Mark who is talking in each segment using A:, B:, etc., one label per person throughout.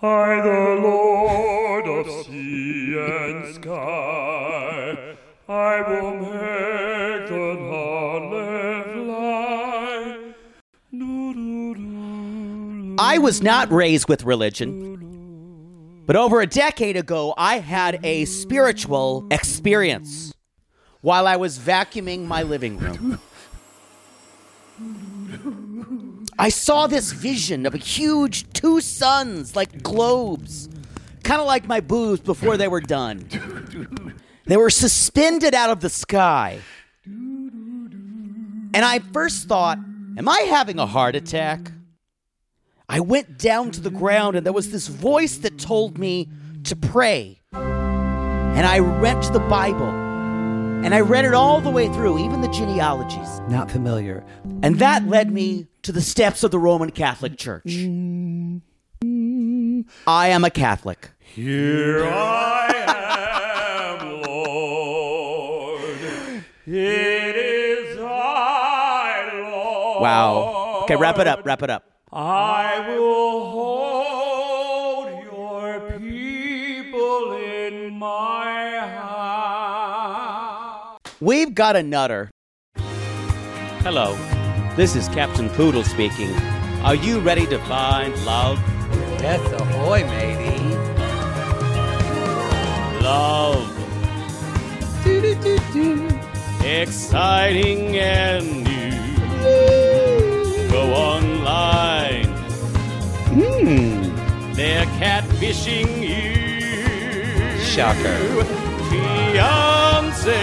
A: I, the Lord of sea and sky, I will make the harlot fly. Do, do, do, do.
B: I was not raised with religion, but over a decade ago, I had a spiritual experience while I was vacuuming my living room. I saw this vision of a huge two suns, like globes, kind of like my boobs before they were done. They were suspended out of the sky. And I first thought, am I having a heart attack? I went down to the ground and there was this voice that told me to pray. And I went to the Bible and I read it all the way through, even the genealogies. Not familiar. And that led me to the steps of the Roman Catholic Church. I am a Catholic.
A: Here I am, Lord. It is I, Lord.
B: Wow. Okay, wrap it up, wrap it up.
A: I will hold your people in my hand.
B: We've got a nutter.
C: Hello, this is Captain Poodle speaking. Are you ready to find love?
D: Death ahoy, matey.
C: Love. Exciting and new. Go online. They're catfishing you.
D: Shocker.
C: Fiance.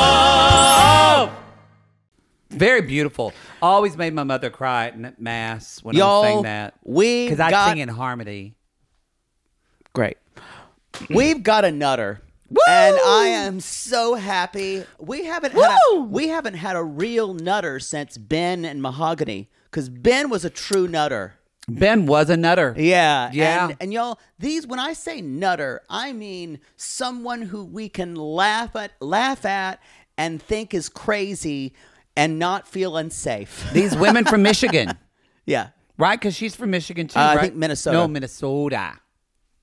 C: love.
E: Very beautiful. Always made my mother cry at n- mass when
B: Y'all,
E: I sang that.
B: we
E: because I
B: got-
E: sing in harmony.
B: Great. We've got a nutter. And I am so happy. We haven't had a, we haven't had a real nutter since Ben and Mahogany cuz Ben was a true nutter.
E: Ben was a nutter.
B: Yeah.
E: Yeah.
B: And, and y'all, these when I say nutter, I mean someone who we can laugh at laugh at and think is crazy and not feel unsafe.
E: These women from Michigan,
B: yeah.
E: right? Because she's from Michigan too.
B: Uh, I
E: right?
B: think Minnesota.
E: No, Minnesota.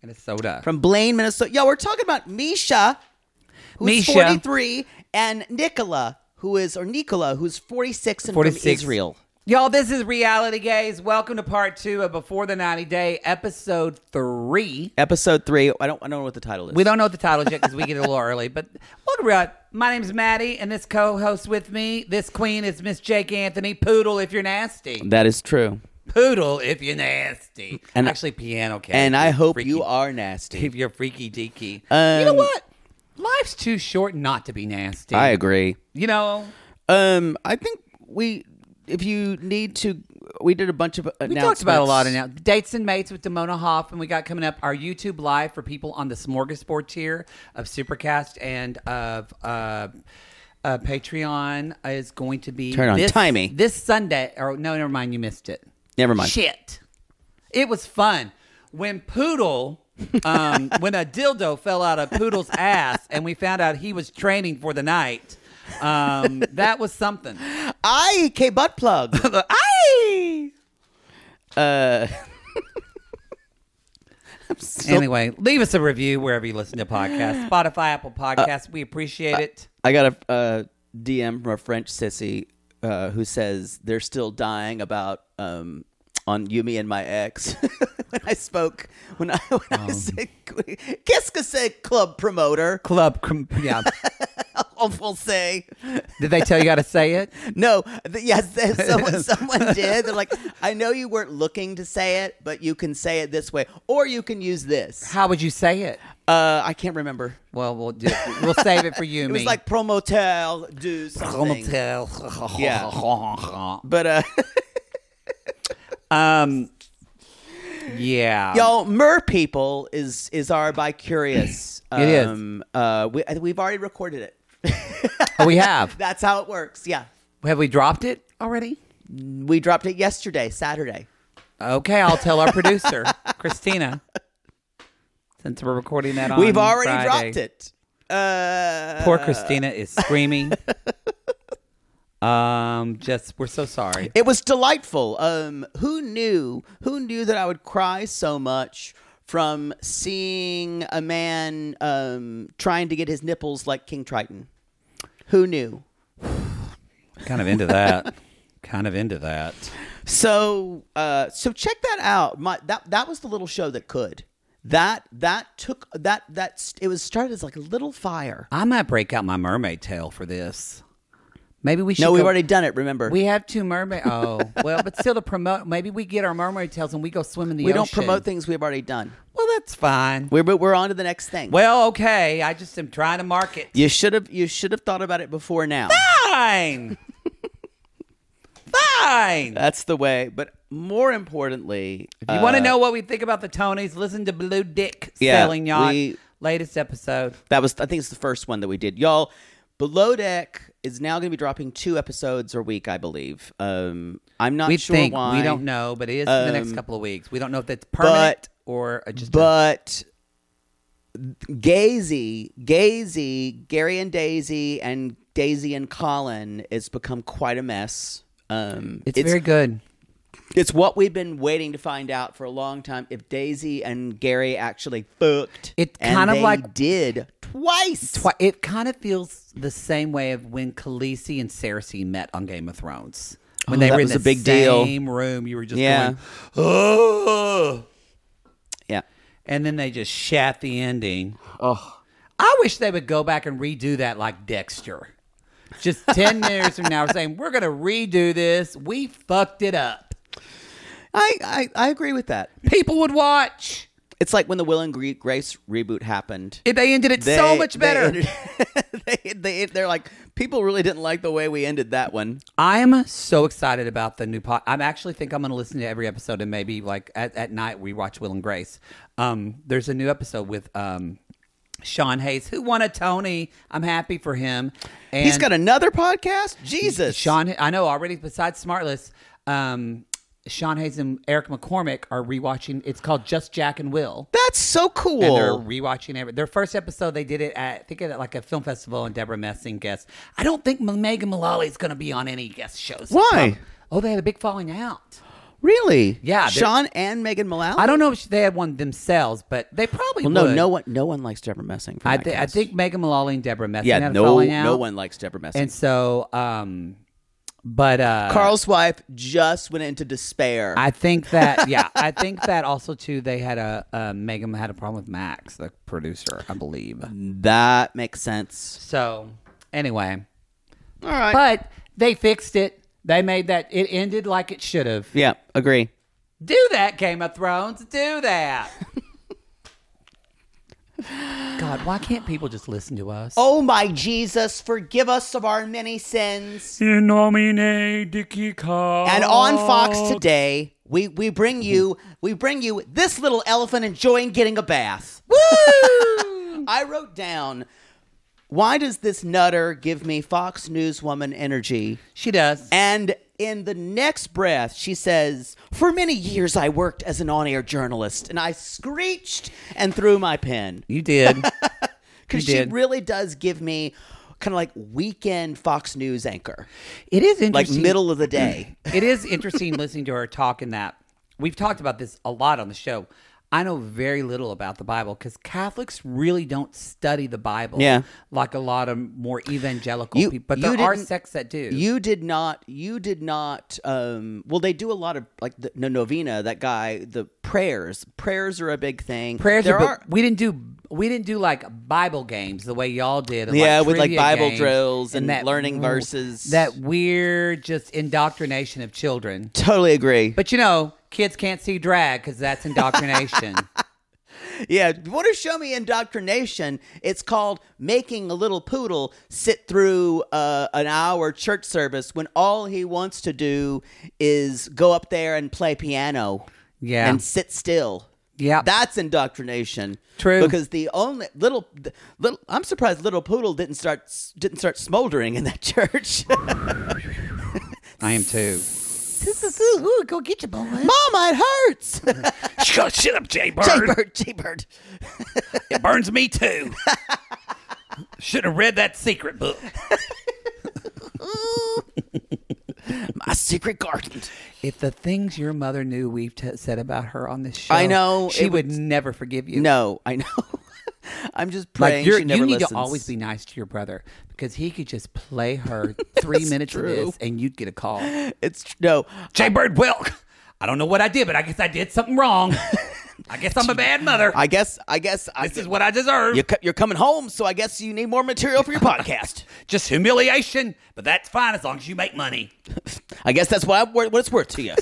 E: Minnesota.
B: From Blaine, Minnesota. Y'all, we're talking about Misha, who's
E: Misha.
B: 43, and Nicola, who is or Nicola, who's 46 and
E: 46.
B: from Israel.
E: Y'all, this is Reality Gaze. Welcome to part two of Before the 90 Day, episode three.
B: Episode three. I don't I don't know what the title is.
E: We don't know what the title is yet because we get it a little early, but welcome, Rod. My name's Maddie, and this co host with me, this queen is Miss Jake Anthony. Poodle, if you're nasty.
B: That is true.
E: Poodle, if you're nasty.
B: And-
E: And actually, piano cat.
B: And I
E: You're
B: hope
E: freaky-
B: you are nasty.
E: If you're freaky deaky. you know
B: Um,
E: what? Life's too short not to be nasty.
B: agree.
E: You know,
B: Um, I think we, if you need to, we did a bunch of
E: we talked about a lot of now dates and mates with Damona Hoff, and we got coming up our YouTube live for people on the smorgasbord tier of Supercast and of uh, uh, Patreon is going to be
B: Turn on
E: this,
B: timey.
E: this Sunday. Or no, never mind, you missed it.
B: Never mind.
E: Shit, it was fun when Poodle. um, when a dildo fell out of Poodle's ass, and we found out he was training for the night, um, that was something.
B: I K butt plug.
E: Aye. anyway, leave us a review wherever you listen to podcasts Spotify, Apple
B: Uh,
E: Podcasts. we appreciate it.
B: I got a uh, DM from a French sissy uh, who says they're still dying about um, on Yumi and my ex. when I spoke, when I when I said, "Qu'est-ce que c'est, club promoter?"
E: Club, com- yeah.
B: On français.
E: Did they tell you how to say it?
B: No, th- yes, th- someone, someone did. They're like, I know you weren't looking to say it, but you can say it this way, or you can use this.
E: How would you say it?
B: Uh, I can't remember.
E: Well, we'll do, we'll save it for you.
B: It was like promoteur do something.
E: yeah.
B: But uh,
E: Um. Yeah.
B: y'all, mer people is is our by curious.
E: It is.
B: Uh, we I think we've already recorded it.
E: Oh, we have.
B: That's how it works. Yeah,
E: Have we dropped it already?
B: we dropped it yesterday, Saturday.
E: Okay, I'll tell our producer, Christina. Since we're recording that on
B: we've already
E: Friday.
B: dropped it. Uh,
E: Poor Christina is screaming. um, just we're so sorry.
B: It was delightful. Um, who knew? Who knew that I would cry so much from seeing a man um, trying to get his nipples like King Triton? Who knew?
E: kind of into that. kind of into that.
B: So, uh, so check that out. My that that was the little show that could. That that took that that st- it was started as like a little fire.
E: I might break out my mermaid tail for this. Maybe we should.
B: No, we've
E: go-
B: already done it. Remember,
E: We have two mermaid. Oh, well, but still to promote. Maybe we get our mermaid tails and we go swim in the
B: we
E: ocean.
B: don't promote things we've already done.
E: Well, that's fine.
B: We're but we're on to the next thing.
E: Well, okay. I just am trying to market.
B: you should have you should have thought about it before now.
E: Fine. Fine.
B: That's the way. But more importantly, uh,
E: If you want to know what we think about the Tonys, listen to Blue Dick
B: Yeah,
E: Sailing Yacht
B: we-
E: latest episode.
B: That was, I think, it's the first one that we did, y'all. Below Deck is now going to be dropping two episodes a week, I believe. Um, I'm not
E: we
B: sure
E: think
B: why. Um,
E: we don't know, but it is in the next couple of weeks. We don't know if that's permanent
B: but-
E: or uh, just. a-
B: but Gazy, Gazy, Gary and Daisy, and Daisy and Colin has become quite a mess. Um,
E: it's, very good.
B: it's what we've been waiting to find out for a long time if Daisy and Gary actually fucked.
E: It
B: And
E: kind of
B: they
E: like-
B: did twice.
E: Twi- It kind of feels the same way of when Khaleesi and Cersei met on Game of Thrones. When
B: Oh,
E: they
B: that
E: were in
B: was
E: the
B: a big deal.
E: same room, you were just
B: Yeah.
E: going, oh.
B: Yeah.
E: And then they just shat the ending.
B: Oh.
E: I wish they would go back and redo that like Dexter. Just 10 years from now, saying, we're going to redo this. We fucked it up.
B: I, I, I agree with that.
E: People would watch.
B: It's like when the Will and Gre- Grace reboot happened.
E: It- They ended it
B: They-
E: so much
B: they
E: better.
B: ended- They, they, they, are like, people really didn't like the way we ended that one.
E: I'm so excited about the new pod. I am actually think I'm going to listen to every episode and maybe like at, at night we watch Will and Grace. Um, there's a new episode with um, Sean Hayes who won a Tony. I'm happy for him. And
B: He's got another podcast? Jesus.
E: Sean. I know already. Besides Smartless, um, Sean Hayes and Eric McCormick are rewatching. It's called Just Jack and Will.
B: That's so
E: And they're
B: cool.
E: rewatching every, their first episode. They did it at I think at like a film festival, and Deborah Messing guest. I don't think M- Megan Mullally is going to be on any guest shows.
B: Why?
E: Prob- Oh, they had a big falling out.
B: Really?
E: Yeah, they're-
B: Sean and Megan Mullally?
E: I don't know if they had one themselves, but they probably
B: Oh. Well, no,
E: would.
B: no one, no one likes Deborah Messing. for
E: I,
B: that
E: thi- I
B: cast.
E: think Megan Mullally and Deborah Messing
B: Yeah,
E: had a
B: no,
E: falling out.
B: no one likes Deborah Messing.
E: And so, um, but uh,
B: Carl's wife just went into despair.
E: I think that yeah, I think that also too. They had a uh, Megan had a problem with Max, the producer, I believe.
B: that makes sense.
E: So anyway,
B: All right.
E: but they fixed it. They made that it ended like it should have.
B: yeah, agree.
E: Do that, Game of Thrones. Do that. God, why can't people just listen to us?
B: Oh my Jesus, forgive us of our many sins.
A: In nomine Dickie Cox.
B: And on Fox
E: Oh.
B: today, we, we bring you we bring you this little elephant enjoying getting a bath. Woo! I wrote down why does this nutter give me Fox Newswoman energy?
E: she does.
B: And in the next breath, she says, For many years I worked as an on air journalist, and I screeched and threw my pen.
E: you did.
B: Because she
E: You did.
B: really does give me. kind of like weekend Fox News anchor,
E: It is
B: like
E: interesting.
B: middle of the day.
E: it is interesting listening to her talk in that. We've talked about this a lot on the show. I know very little about the Bible because Catholics really don't study the Bible
B: Yeah.
E: like a lot of more evangelical
B: You-
E: people. But
B: you
E: there are
B: didn't-
E: sects that do.
B: You did not. You did not. Um, well, they do a lot of like the, the novena. That guy, the prayers. Prayers are a big thing.
E: prayers
B: There
E: are, but we didn't do we didn't do like Bible games the way y'all did. and,
B: Yeah, with, like,
E: trivia
B: Bible
E: games
B: drills and learning
E: w-
B: verses.
E: That weird just indoctrination of children.
B: totally agree.
E: But you know, kids can't see drag because that's indoctrination.
B: Yeah, if you want to show me indoctrination? It's called making a little poodle sit through uh, an hour church service when all he wants to do is go up there and play piano.
E: Yeah.
B: and sit still.
E: Yeah.
B: that's indoctrination.
E: True.
B: because the only little little I'm surprised little poodle didn't start didn't start smoldering in that church.
E: I am too.
B: Ooh, go get your boy, Mama, it hurts.
C: Shut up, Jay Bird.
B: Jay Bird, Jay Bird.
C: It burns me too. Should have read that secret book.
B: my secret garden.
E: If the things your mother knew we've t- said about her on this show,
B: I know,
E: she
B: it
E: would
B: was-
E: never forgive you.
B: No, I know. I'm just
E: like
B: praying
E: you're,
B: she never
E: you need to
B: listens.
E: always be nice to your brother because he could just play her three minutes of this and you'd get a call.
B: It's no.
C: Jay Bird, well, I don't know what I did, but I guess I did something wrong. I guess I'm a bad mother.
B: I guess. I guess. I,
C: This is what I deserve.
B: you're, co- you're coming home, so I guess you need more material for your podcast.
C: Just humiliation, but that's fine as long as you make money.
B: I guess that's what, I, what it's worth to you.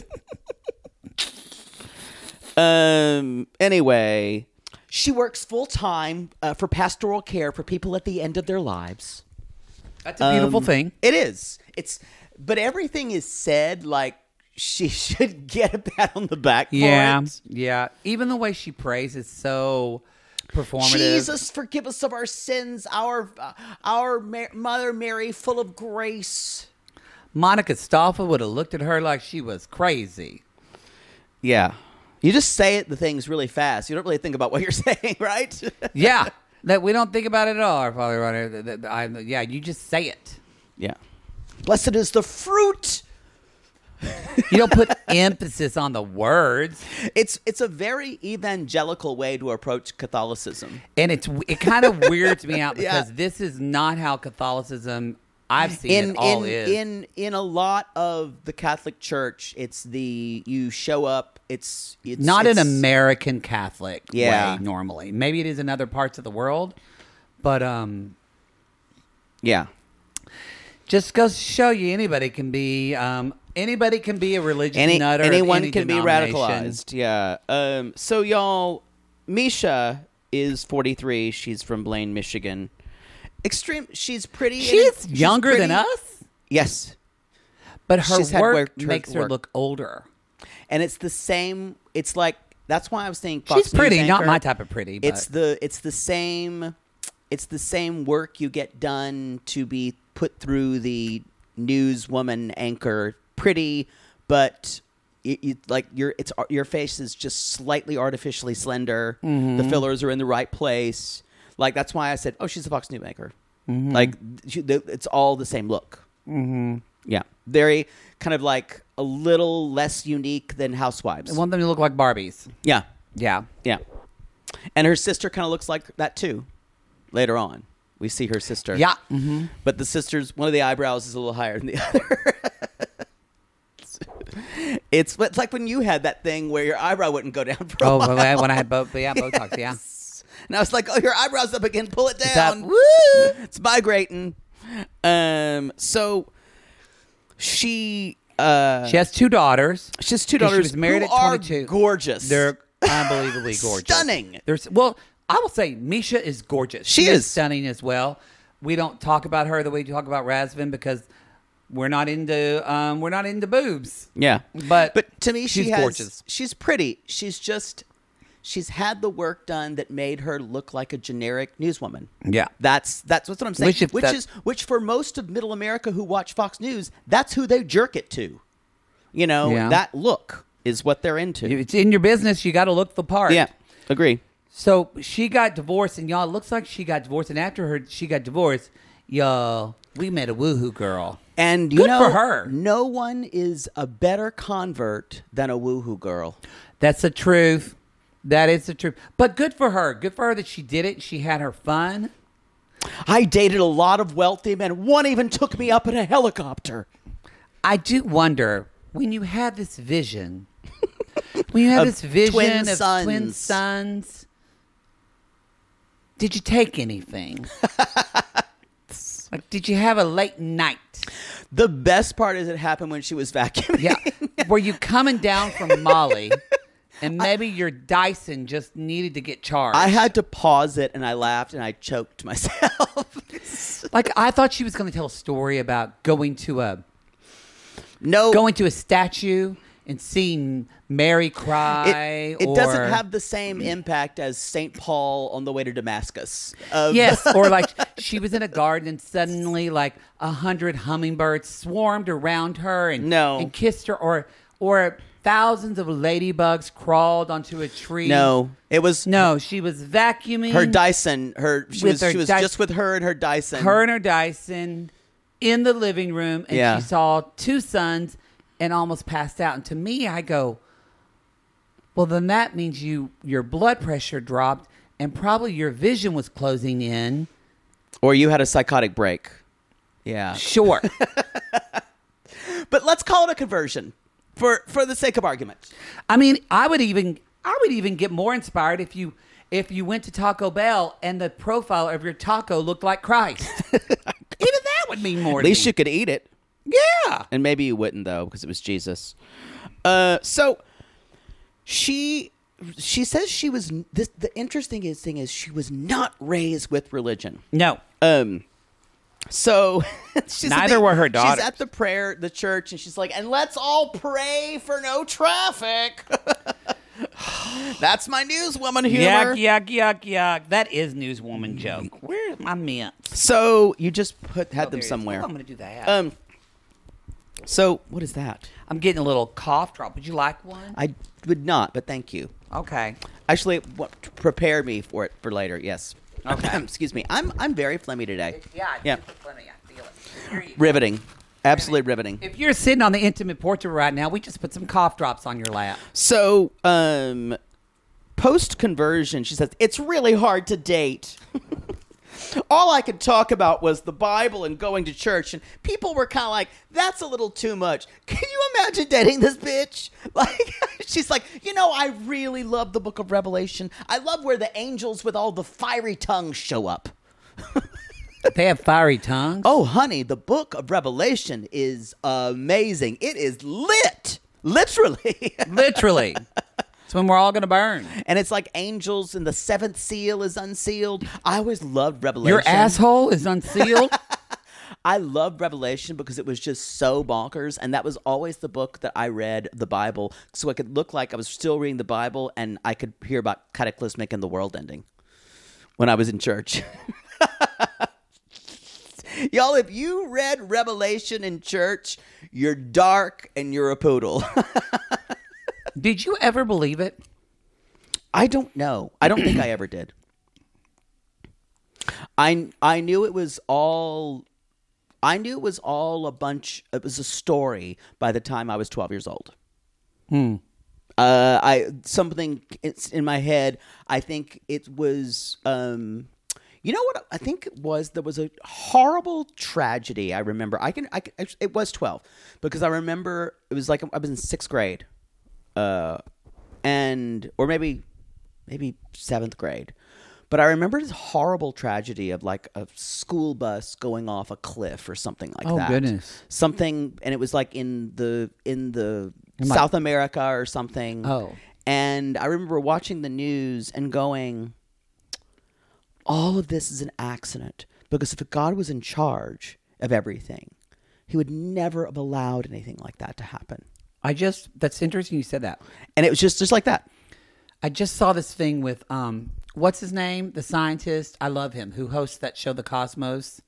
B: um. Anyway, she works full time uh, for pastoral care for people at the end of their lives.
E: That's a beautiful
B: Um,
E: thing.
B: It is. It's. But everything is said like she should get a pat on the back. for
E: Yeah,
B: it.
E: yeah. Even the way she prays is so performative.
B: Jesus, forgive us of our sins, our uh, our Ma- Mother Mary, full of grace.
E: Monica Stoffa would have looked at her like she was crazy.
B: Yeah, you just say it, the things really fast. You don't really think about what you're saying, right?
E: Yeah, that we don't think about it at all, our Father Runner. That- that- I- Yeah, you just say it.
B: yeah. Blessed is the fruit.
E: You don't put emphasis on the words,
B: It's it's a very evangelical way to approach Catholicism.
E: and it's it kind of weirds me out
B: Yeah.
E: because this is not how Catholicism I've seen
B: in
E: it all
B: in
E: is.
B: in in a lot of the Catholic Church, it's the you show up. It's it's
E: not an
B: it's-
E: American Catholic
B: Yeah.
E: way normally. Maybe it is in other parts of the world, but um,
B: Yeah,
E: just goes to show you anybody can be um, anybody can be a religious
B: Any,
E: nutter. of
B: anyone
E: any
B: can be
E: denomination.
B: radicalized. Yeah. Um, so y'all, Misha is 43. She's from Blaine, Michigan. Extreme. She's pretty. and
E: She's
B: it-
E: younger than
B: pretty-
E: us,
B: Yes,
E: but her
B: She's had
E: work
B: work- her
E: makes her
B: work.
E: look older.
B: and it's the same. It's like that's why I was saying Fox
E: She's
B: News
E: pretty, not
B: anchor.
E: my type of pretty. But
B: It's the it's the same. It's the same work you get done to be put through the newswoman anchor. Pretty, but. You, you, like your it's your face is just slightly artificially slender.
E: Mm-hmm.
B: The fillers are in the right place. Like that's why I said, "Oh, she's a Fox News anchor."
E: Mm-hmm.
B: Like she, the, it's all the same look. Yeah, very kind of like a little less unique than Housewives.
E: I want them to look like Barbies.
B: yeah,
E: Yeah,
B: yeah. And her sister kind of looks like that too. Later on, we see her sister.
E: yeah. mm-hmm.
B: But the sister's one of the eyebrows is a little higher than the other. it's it's like when you had that thing where your eyebrow wouldn't go down. For a
E: Oh,
B: while.
E: when I- when I had both, yeah, Botox, yeah.
B: And I was like, oh, your eyebrow's up again. Pull it
E: It's up.
B: down. It's migrating. Um. So she. Uh,
E: She has two daughters.
B: she has two
E: Because
B: daughters.
E: she was married
B: who
E: at
B: are
E: 22.
B: Gorgeous.
E: They're unbelievably gorgeous.
B: Stunning.
E: There's well, I will say Misha is gorgeous.
B: She is.
E: stunning as well. We don't talk about her the way we talk about Razvan because we're not into um, we're not into boobs.
B: Yeah,
E: But-
B: but to me, she
E: she's
B: has,
E: gorgeous.
B: She's pretty. She's just she's had the work done that made her look like a generic newswoman.
E: Yeah.
B: that's that's what's what I'm saying. Which,
E: Which if that-
B: is which for most of Middle America who watch Fox News, that's who they jerk it to. You know,
E: Yeah.
B: that look is what they're into.
E: It's in your business. You got to look the part.
B: yeah, agree.
E: So she got divorced, and y'all it looks like she got divorced. And after her, she got divorced. Y'all, we met a woohoo girl.
B: And you
E: Good
B: know,
E: for her.
B: no one is a better convert than a woohoo girl.
E: That's the truth. That is the truth. But good for her. Good for her that she did it. She had her fun.
B: I dated a lot of wealthy men. One even took me up in a helicopter.
E: I do wonder when you had this vision, when you
B: Of
E: had this vision
B: twin
E: of twin
B: sons.
E: sons, did you take anything? like, did you have a late night?
B: The best part is it happened when she was vacuuming.
E: Yeah. Were you coming down from Molly and maybe your Dyson just needed to get charged?
B: I had to pause it and I laughed and I choked myself.
E: like, I thought she was going to tell a story about going to a
B: no,
E: going to a statue and seeing Mary cry.
B: it, it doesn't
E: or-
B: have the same impact as St. Paul on the way to Damascus. Of-
E: Yes, or like she was in a garden and suddenly like a hundred hummingbirds swarmed around her and
B: No.
E: and kissed her, or or thousands of ladybugs crawled onto a tree.
B: No, it was
E: no, she was vacuuming
B: her Dyson. Her she
E: With
B: was
E: her
B: she was
E: Dyson.
B: just with her and her Dyson.
E: her and her Dyson in the living room, and
B: Yeah.
E: she saw two sons and almost passed out. And to me, I go, well, then that means you your blood pressure dropped, and probably your vision was closing in.
B: or you had a psychotic break. Yeah,
E: Sure.
B: but let's call it a conversion for for the sake of argument.
E: I mean, I would even I would even get more inspired if you if you went to Taco Bell and the profile of your taco looked like Christ. even that would mean more.
B: At
E: to
B: least
E: me.
B: you could eat it.
E: yeah.
B: and maybe you wouldn't though because it was jesus uh so she she says she was this the interesting is- thing is she was not raised with religion
E: No.
B: um so she's at
E: Neither
B: the-
E: were her
B: she's
E: daughters.
B: at the prayer the church and she's like and let's all pray for no traffic that's my newswoman humor
E: Yuck, yuck, yuck, yuck. That is newswoman joke. Where's my mints?
B: so you just put had
E: There
B: them
E: it is.
B: somewhere
E: Oh, I'm gonna do that.
B: um so what is that
E: I'm getting a little cough drop. Would you like one?
B: i would not but thank you
E: okay.
B: Actually, what prepare me for it for later. Yes.
E: Okay.
B: Excuse me. I'm I'm very phlegmy today.
E: Yeah.
B: Yeah.
E: Funny. I feel it. Here you go.
B: Riveting. Absolutely riveting.
E: If you're sitting on the intimate porch right now, we just put some cough drops on your lap.
B: So, um, post conversion, she says it's really hard to date. All I could talk about was the Bible and going to church, and people were kind of like, "That's a little too much." Can you imagine dating this bitch? Like, she's like, you know, I really love the Book of Revelation. I love where the angels with all the fiery tongues show up.
E: They have fiery tongues.
B: Oh, honey, the book of Revelation is amazing. It is lit, literally.
E: Literally. It's when we're all going to burn.
B: and it's like angels and the seventh seal is unsealed. I always loved Revelation.
E: Your asshole is unsealed.
B: I loved Revelation because it was just so bonkers. And that was always the book that I read the Bible. So I could look like I was still reading the Bible and I could hear about cataclysmic and the world ending when I was in church. Y'all, if you read Revelation in church, you're dark and you're a poodle.
E: Did you ever believe it?
B: I don't know. I don't think I ever did. I I knew it was all I knew it was all a bunch it was a story by the time I was 12 years old. Uh I something it's in my head. I think it was um you know what I think it was there was a horrible tragedy I remember. I can I can, it was 12 because I remember it was like I was in 6th grade uh, and or maybe maybe seventh grade. But I remember this horrible tragedy of like a school bus going off a cliff or something like
E: Oh,
B: that.
E: goodness.
B: Something, and it was like in the in the South America or something.
E: Oh.
B: and I remember watching the news and going, all of this is an accident because if God was in charge of everything, He would never have allowed anything like that to happen.
E: I just, that's interesting you said that.
B: And it was just just like that.
E: I just saw this thing with, um, what's his name? The scientist. I love him. Who hosts that show, The Cosmos?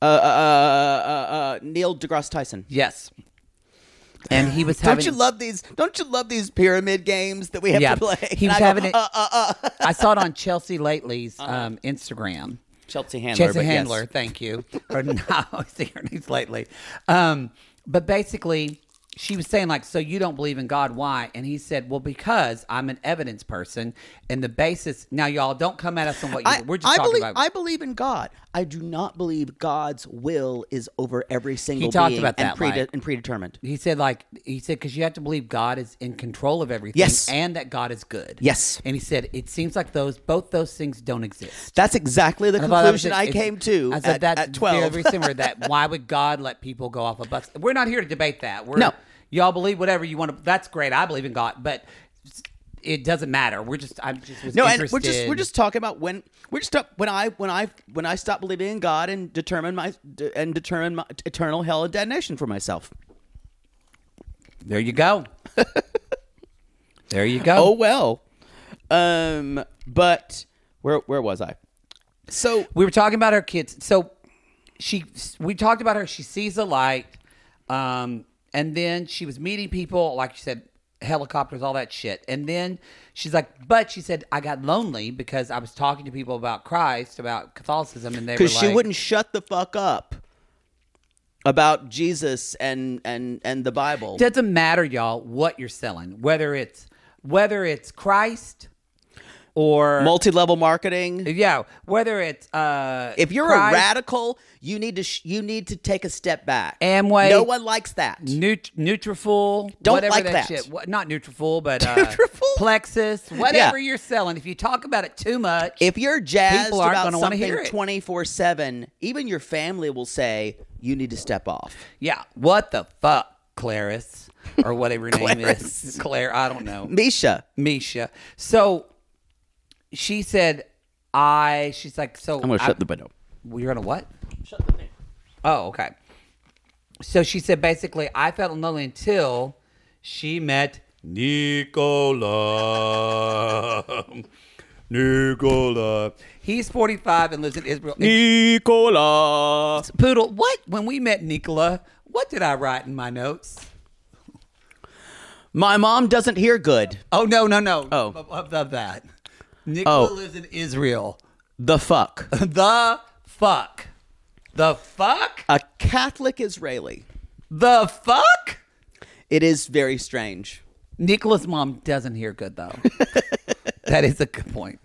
B: uh, uh, uh, uh, Neil deGrasse Tyson.
E: Yes. And he was having.
B: Don't you love these? Don't you love these pyramid games that we have
E: yeah,
B: to play?
E: He
B: And
E: was
B: I go,
E: having it.
B: uh, uh, uh.
E: I saw it on Chelsea Lately's um, Instagram.
B: Chelsea Handler.
E: Chelsea
B: but yes.
E: Handler, thank you. or no, I see her names lately. Um, but basically, she was saying like, "So you don't believe in God? Why?" And he said, "Well, because I'm an evidence person, and the basis." Now, y'all don't come at us on what you,
B: I,
E: we're just
B: I
E: talking
B: believe
E: about.
B: I believe in God. I do not believe God's will is over every single
E: talked
B: being
E: about that,
B: and, prede-
E: like-
B: and predetermined.
E: he said like he said because you have to believe God is in control of everything,
B: Yes.
E: and that God is good.
B: Yes.
E: and he said it seems like those both those things don't exist.
B: That's exactly the
E: I thought that was
B: conclusion
E: it.
B: I
E: It's-
B: came to
E: I said
B: at,
E: that's
B: at 12.
E: very similar. to That why would God let people go off a bus? We're not here to debate that. We're,
B: No.
E: y'all believe whatever you want to. That's great. I believe in God, but it doesn't matter. We're just I'm just was
B: no, and
E: interested.
B: we're just we're just talking about when we're just talk- when I when I when I stop believing in God and determine my de- and determine my eternal hell and damnation for myself.
E: there. You go. there you go.
B: Oh well. Um but where where was I? So
E: we were talking about her kids. So she, we talked about her. She sees a light, um, and then she was meeting people, like you said, helicopters, all that shit. And then she's like, but she said I got lonely because I was talking to people about Christ, about Catholicism, and they were
B: because
E: like,
B: she wouldn't shut the fuck up about Jesus and and and the Bible.
E: Doesn't matter, y'all, what you're selling, whether it's whether it's Christ or
B: Multi-level marketing.
E: yeah, whether it's uh,
B: If you're a
E: Christ,
B: radical, you need to sh- you need to take a step back.
E: Amway.
B: No one likes that.
E: Neut- Nutrafol,
B: Don't
E: whatever
B: like that.
E: shit. What, not Nutrafol, but uh,
B: Nutrafol?
E: Plexus, whatever
B: Yeah.
E: you're selling. If you talk about it too much,
B: If you're jazzed
E: People aren't
B: about
E: gonna wanna hear
B: something
E: it.
B: twenty four seven, even your family will say you need to step off.
E: yeah, what the fuck, Clarice, or whatever her name is, Claire, I don't know,
B: Misha,
E: Misha. So she said, I. She's like, so
B: I'm gonna
E: I-
B: shut the window.
E: Well, You're gonna what? Shut the Oh, okay. So she said basically, I felt lonely until she met Nicola. Nicola. He's 45 and lives in Israel.
B: Nicola.
E: Poodle, what? When we met Nicola, what did I write in my notes?
B: My mom doesn't hear good.
E: Oh, no, no, no.
B: Oh.
E: Of, of- of that. Nicola
B: Oh.
E: lives in Israel.
B: The fuck.
E: The fuck? The fuck?
B: a Catholic Israeli.
E: The fuck?
B: It is very strange.
E: Nicola's mom doesn't hear good though. that is a good point.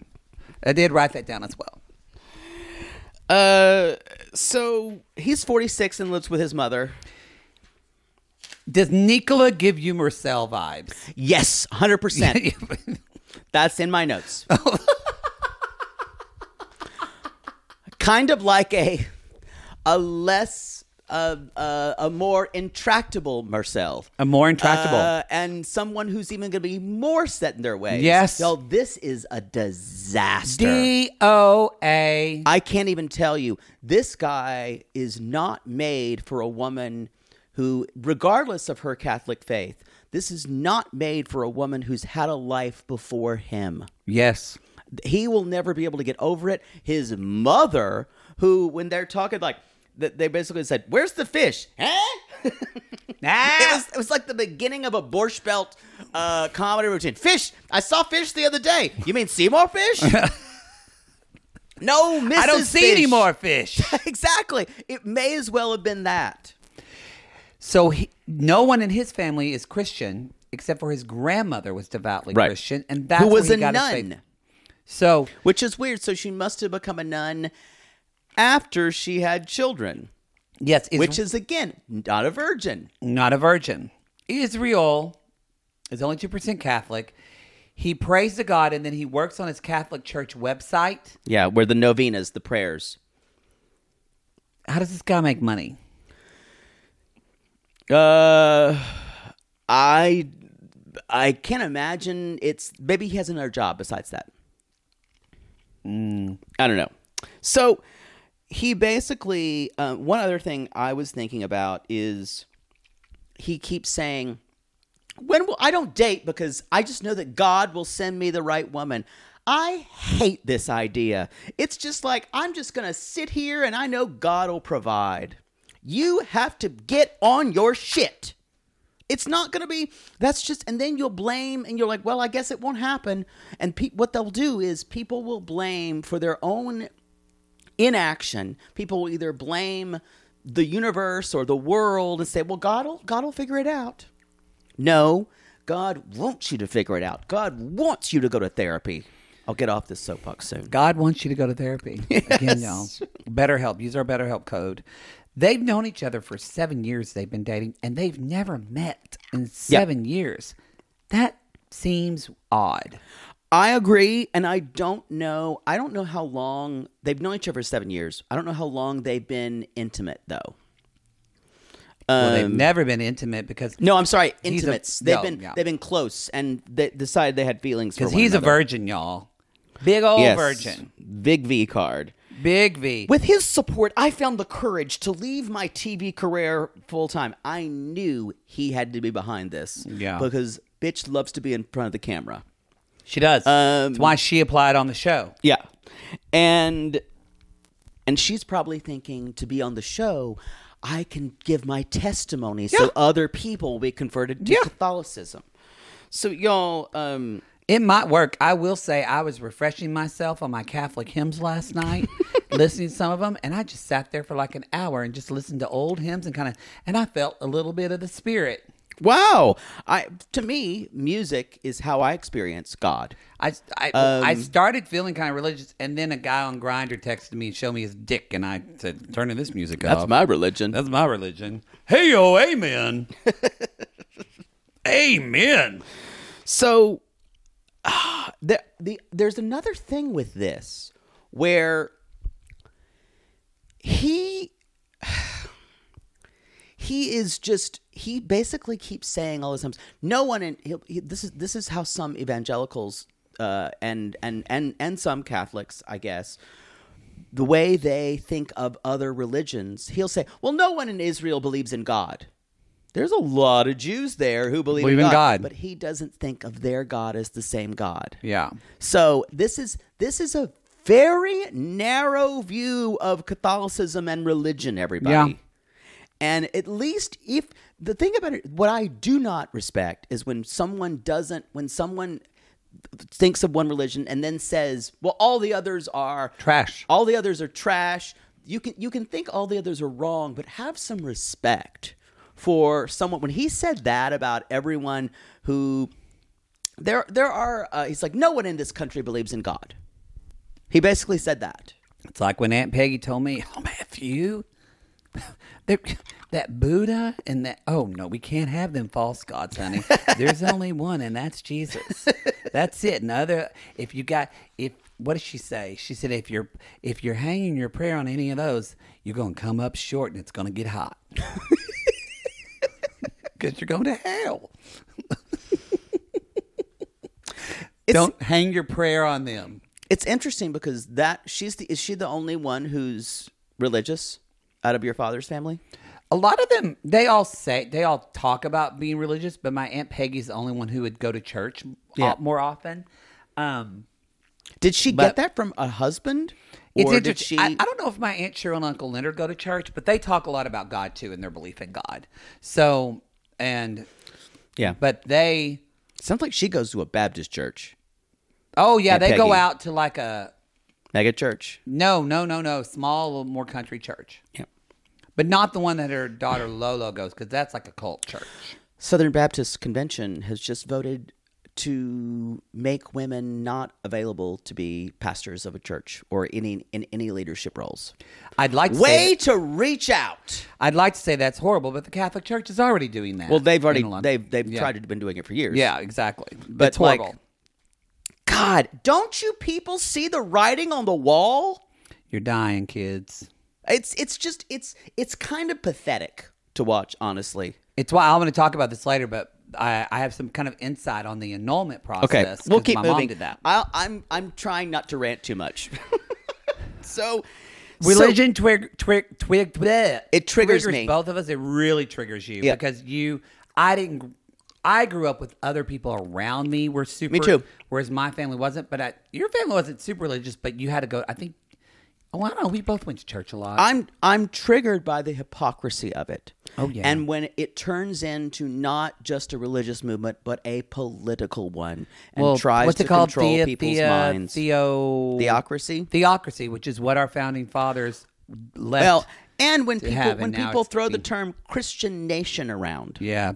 E: I did write that down as well.
B: Uh, so he's 46 and lives with his mother.
E: Does Nicola give you Marcel vibes?
B: Yes, 100%. That's in my notes. kind of like a a less uh, uh, a more intractable Marcel.
E: A more intractable.
B: Uh, and someone who's even going to be more set in their ways.
E: Yes.
B: Y'all, this is a disaster.
E: D O A.
B: I can't even tell you. This guy is not made for a woman who, regardless of her Catholic faith, this is not made for a woman who's had a life before him.
E: Yes.
B: He will never be able to get over it. His mother, who, when they're talking, like, th- they basically said, Where's the fish? Huh? It
E: Ah,
B: was, it was like the beginning of a Borscht Belt uh, comedy routine. Fish! I saw fish the other day. You mean Seymour Fish? no, Mrs.
E: I don't see
B: Fish.
E: any more fish.
B: Exactly. It may as well have been that.
E: So he, no one in his family is Christian except for his grandmother was devoutly
B: Right.
E: Christian, and that's
B: Who was
E: where
B: a
E: he got his faith.
B: nun,
E: So
B: which is weird. So she must have become a nun after she had children,
E: yes, is
B: which is again not a virgin.
E: not a virgin. Israel is only 2% Catholic. He prays to God and then he works on his Catholic Church website.
B: Yeah, where the novenas, the prayers.
E: How does this guy make money?
B: Uh, I I can't imagine. It's maybe he has another job besides that. I don't know. So he basically uh, one other thing I was thinking about is he keeps saying when will I don't date because I just know that God will send me the right woman. I hate this idea. It's just like I'm just going to sit here and I know God will provide. You have to get on your shit. It's not going to be that's just and then you'll blame and you're like, "Well, I guess it won't happen." And pe- what they'll do is people will blame for their own inaction. People will either blame the universe or the world and say, well, God'll God'll figure it out. No, God wants you to figure it out. God wants you to go to therapy. I'll get off this soapbox soon.
E: God wants you to go to therapy. Again, y'all. BetterHelp. Use our BetterHelp code. They've known each other for seven years. They've been dating, and they've never met in seven years. That seems odd.
B: I agree, and I don't know. I don't know how long they've known each other for seven years. I don't know how long they've been intimate, though. Uh,
E: well, they've never been intimate because
B: Um, No, I'm sorry,
E: He's a-
B: intimates. they've
E: no,
B: been
E: yeah.
B: they've been close, and they decided they had feelings.
E: because
B: for one
E: he's a
B: another.
E: virgin, y'all. Big old
B: Yes.
E: virgin.
B: big V card.
E: Big V.
B: With his support, I found the courage to leave my TV career full time. I knew he had to be behind this,
E: Yeah.
B: because bitch loves to be in front of the camera.
E: she does. That's why she applied on the show.
B: Yeah. And and she's probably thinking to be on the show, I can give my testimony so other people will be converted to
E: Yeah.
B: Catholicism. So y'all, um
E: It might work. I will say I was refreshing myself on my Catholic hymns last night, listening to some of them, and I just sat there for like an hour and just listened to old hymns and kind of, and I felt a little bit of the spirit.
B: Wow. I to me, music is how I experience God.
E: I, I, I started feeling kind of religious, and then a guy on Grinder texted me and showed me his dick, and I said, "Turning this music off."
B: religion.
E: That's my religion. Hey yo, amen. amen.
B: So ah, the, the, there's another thing with this where he he is just he basically keeps saying all the times no one in he'll, he, this is this is how some evangelicals uh, and and and and some Catholics I guess the way they think of other religions he'll say well no one in Israel believes in God there's a lot of Jews there who believe,
E: Believe in
B: in
E: God.
B: but he doesn't think of their God as the same God
E: Yeah.
B: so this is this is a very narrow view of Catholicism and religion, everybody.
E: Yeah.
B: And at least if the thing about it, what I do not respect is when someone doesn't, when someone thinks of one religion and then says, "Well, all the others are
E: Trash.
B: All the others are trash." You can you can think all the others are wrong, but have some respect for someone. When he said that about everyone who there there are, uh, he's like, no one in this country believes in God. He basically said that.
E: It's like when Aunt Peggy told me, "Oh, Matthew, there- that Buddha and that oh no, we can't have them false gods, honey. There's only one, and that's Jesus. That's it. And other, if you got if what did she say? She said if you're if you're hanging your prayer on any of those, you're gonna come up short, and it's gonna get hot because you're going to hell. Don't hang your prayer on them.
B: It's interesting because that she's the is she the only one who's religious out of your father's family?
E: A lot of them, they all say, they all talk about being religious, but my Aunt Peggy's the only one who would go to church o-
B: Yeah.
E: more often. Um,
B: Did she
E: But-
B: get that from a husband?
E: it's
B: Or did
E: interesting.
B: she?
E: I, I don't know if my Aunt Cheryl and Uncle Leonard go to church, but they talk a lot about God too and their belief in God. So, and,
B: yeah, but
E: but they,
B: sounds like she goes to a Baptist church,
E: oh yeah,
B: Aunt
E: they go
B: Peggy.
E: out to like a,
B: mega church.
E: no, no, no, no, small, little more country church,
B: Yeah,
E: but not the one that her daughter Lolo goes because that's like a cult church.
B: Southern Baptist Convention has just voted to make women not available to be pastors of a church or any in any leadership roles.
E: I'd like to say
B: Way to reach out.
E: I'd like to say that's horrible, but the Catholic Church is already doing that.
B: Well, they've already
E: in a lot-
B: they've they've
E: Yeah.
B: tried to been doing it for years.
E: Yeah, exactly.
B: But,
E: it's horrible.
B: like- God, don't you people see the writing on the wall?
E: You're dying, kids.
B: It's it's just it's it's kind of pathetic to watch, honestly.
E: It's why I'm going to talk about this later, but I, I have some kind of insight on the annulment process. 'cause my Mom did that.
B: I'll, I'm I'm trying not to rant too much. so,
E: Religion twig twig twig. bleh.
B: It triggers me.
E: both of us. It really triggers you
B: Yeah.
E: because you. I didn't. I grew up with other people around me were super.
B: too.
E: Whereas my family wasn't, but I, your family wasn't super religious. But you had to go. I think Oh, I don't know. We both went to church a lot.
B: I'm I'm triggered by the hypocrisy of it.
E: Oh, yeah.
B: And when it turns into not just a religious movement but a political one and tries
E: what's
B: to
E: it called?
B: control
E: The-
B: people's
E: the, uh,
B: minds.
E: Theo
B: Theocracy?
E: theocracy, which is what our founding fathers left.
B: Well, and when
E: to
B: people
E: have,
B: when
E: and now
B: people
E: it's
B: throw the
E: being-
B: term Christian nation around,
E: yeah,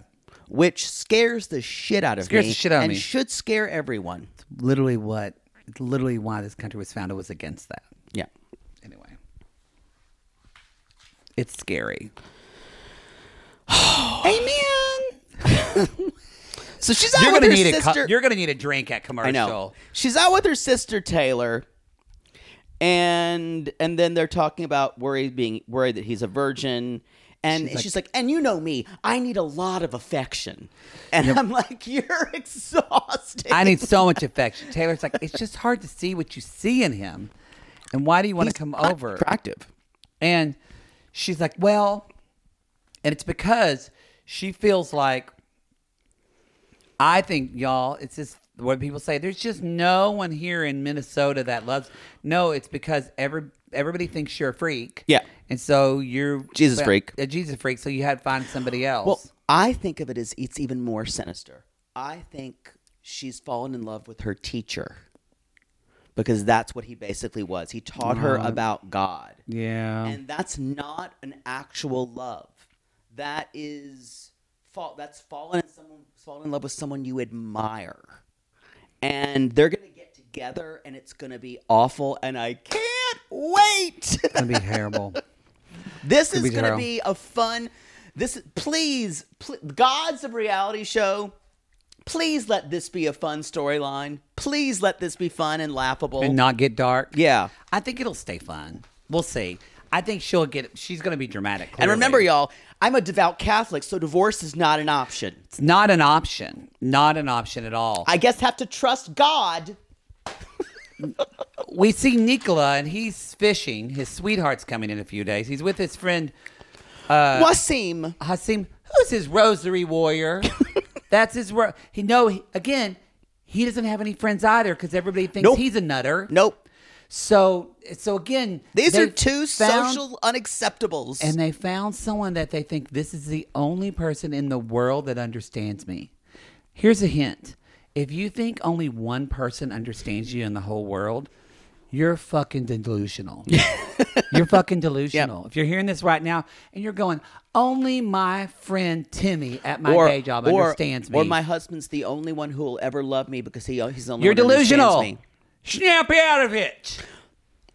B: which scares the shit out of
E: Scares
B: me,
E: the shit out of
B: and
E: me.
B: should scare everyone.
E: literally what, literally why this country was founded was against that.
B: Yeah.
E: Anyway, it's scary. Amen.
B: So she's out
E: You're
B: with
E: gonna
B: her
E: need a
B: sister.
E: cu- you're gonna need a drink at commercial.
B: I know. She's out with her sister Taylor, and and then they're talking about worried being worried that he's a virgin, and she's like, and you know me, I need a lot of affection, and I'm like, you're exhausted.
E: I need so much affection. Taylor's like, it's just hard to see what you see in him, and why do you want to come over?
B: attractive.
E: And she's like, well, and it's because she feels like, I think, y'all, it's just what people say, there's just no one here in Minnesota that loves. No, it's because every everybody thinks you're a freak.
B: Yeah.
E: And so you're
B: Jesus
E: well,
B: freak.
E: A Jesus freak. So you had to find somebody else.
B: Well, I think of it as it's even more sinister. I think she's fallen in love with her teacher because that's what he basically was. He taught her about God.
E: yeah.
B: and that's not an actual love. That is fall. That's fallen in someone fallen in love with someone you admire, and they're gonna get together, and it's gonna be awful. And I can't wait.
E: It's going to be terrible.
B: this is
E: be
B: gonna
E: terrible.
B: be a fun. This please, pl- gods of reality show. Please let this be a fun storyline. Please let this be fun and laughable.
E: and not get dark.
B: yeah.
E: I think it'll stay fun. We'll see. I think she'll get. She's going to be dramatic.
B: And
E: clearly.
B: remember, y'all, I'm a devout Catholic, so divorce is not an option.
E: it's not an option. Not an option at all.
B: I guess have to trust God.
E: we see Nicola, and he's fishing. His sweetheart's coming in a few days. He's with his friend Uh,
B: Wasim.
E: Hasim, who's his rosary warrior. That's his. Ro- he no. he- again, he doesn't have any friends either because everybody thinks
B: Nope.
E: he's a nutter.
B: Nope.
E: So so again,
B: These
E: they
B: are two
E: found-
B: social unacceptables.
E: And they found someone that they think this is the only person in the world that understands me. Here's a hint. If you think only one person understands you in the whole world, you're fucking delusional. you're fucking delusional. If you're hearing this right now and you're going, only my friend Timmy at my day job understands me.
B: Or my husband's the only one who will ever love me because he he's the only
E: you're
B: one who understands
E: delusional.
B: me.
E: Snap out of it.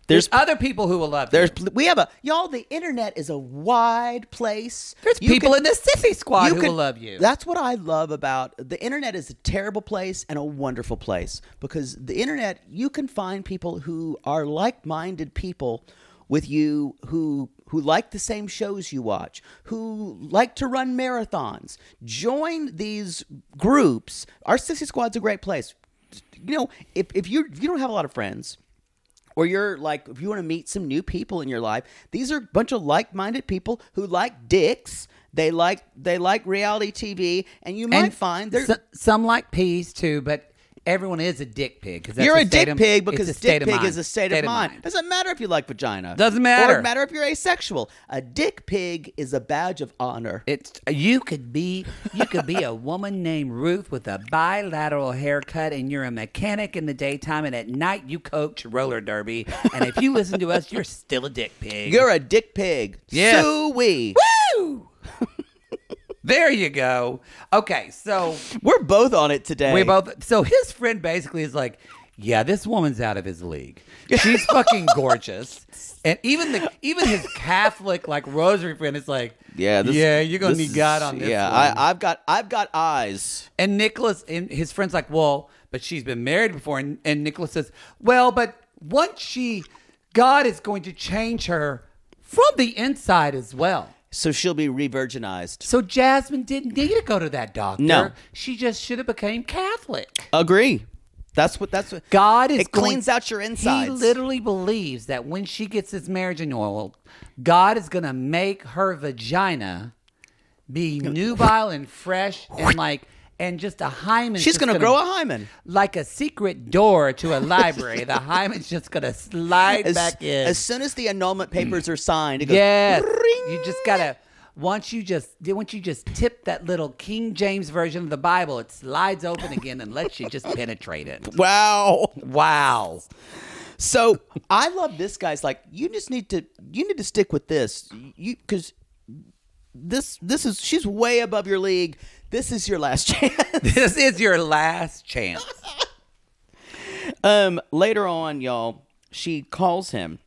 E: There's,
B: There's-
E: other people who will love
B: There's
E: you.
B: we have a y'all. The internet is a wide place.
E: There's
B: You
E: people
B: can-
E: in the sissy squad who
B: can-
E: will love you.
B: That's what I love about the internet is a terrible place and a wonderful place because the internet you can find people who are like-minded people with you who who like the same shows you watch, who like to run marathons. Join these groups. Our sissy squad's a great place. You know, if if you if you don't have a lot of friends, or you're like if you want to meet some new people in your life these are a bunch of like-minded people who like dicks they like they like reality tv and you might find they're
E: so- some like peas too, but everyone is a dick pig. 'cause that's
B: you're a,
E: state
B: dick
E: of-
B: pig
E: it's
B: because
E: a
B: dick
E: state of
B: pig
E: mind.
B: is a state, of, mind. Doesn't matter if you like vagina.
E: Doesn't
B: Or
E: matter.
B: matter if you're asexual. A dick pig is a badge of honor.
E: It's you could be you could be a woman named Ruth with a bilateral haircut, and you're a mechanic in the daytime, and at night you coach roller derby. And if you listen to us, you're still a dick pig.
B: You're a dick pig.
E: Yeah.
B: Sue-wee.
E: Woo! there you go. Okay, so
B: We're both on it today.
E: We both. So his friend basically is like, "Yeah, this woman's out of his league. She's fucking gorgeous." And even the even his Catholic like rosary friend is like,
B: Yeah, this,
E: yeah, you're gonna
B: this
E: need
B: is-
E: God on this."
B: Yeah,
E: one."
B: I, I've got I've got eyes.
E: and Nicholas and his friend's like, "Well, but she's been married before," and, and Nicholas says, "Well, but once she, God is going to change her from the inside as well."
B: So she'll be re-virginized.
E: So Jasmine didn't need to go to that doctor.
B: No.
E: she just should have became Catholic.
B: Agree. That's what. That's what.
E: God is
B: It cleans
E: going-
B: out your insides.
E: He literally believes that when she gets this marriage annulled, God is going to make her vagina be nubile and fresh and like and just a hymen.
B: She's going to grow a hymen.
E: like a secret door to a library. the hymen's just gonna slide
B: As,
E: back in.
B: as soon as the annulment papers are signed, it goes,
E: yes,
B: "Ring."
E: you just gotta. Once you just once you just tip that little King James version of the Bible, it slides open again and lets you just penetrate it.
B: Wow.
E: Wow.
B: So I love this guy's like you just need to you need to stick with this you because this this is she's way above your league. This is your last chance.
E: This is your last chance.
B: um, later on, y'all, she calls him.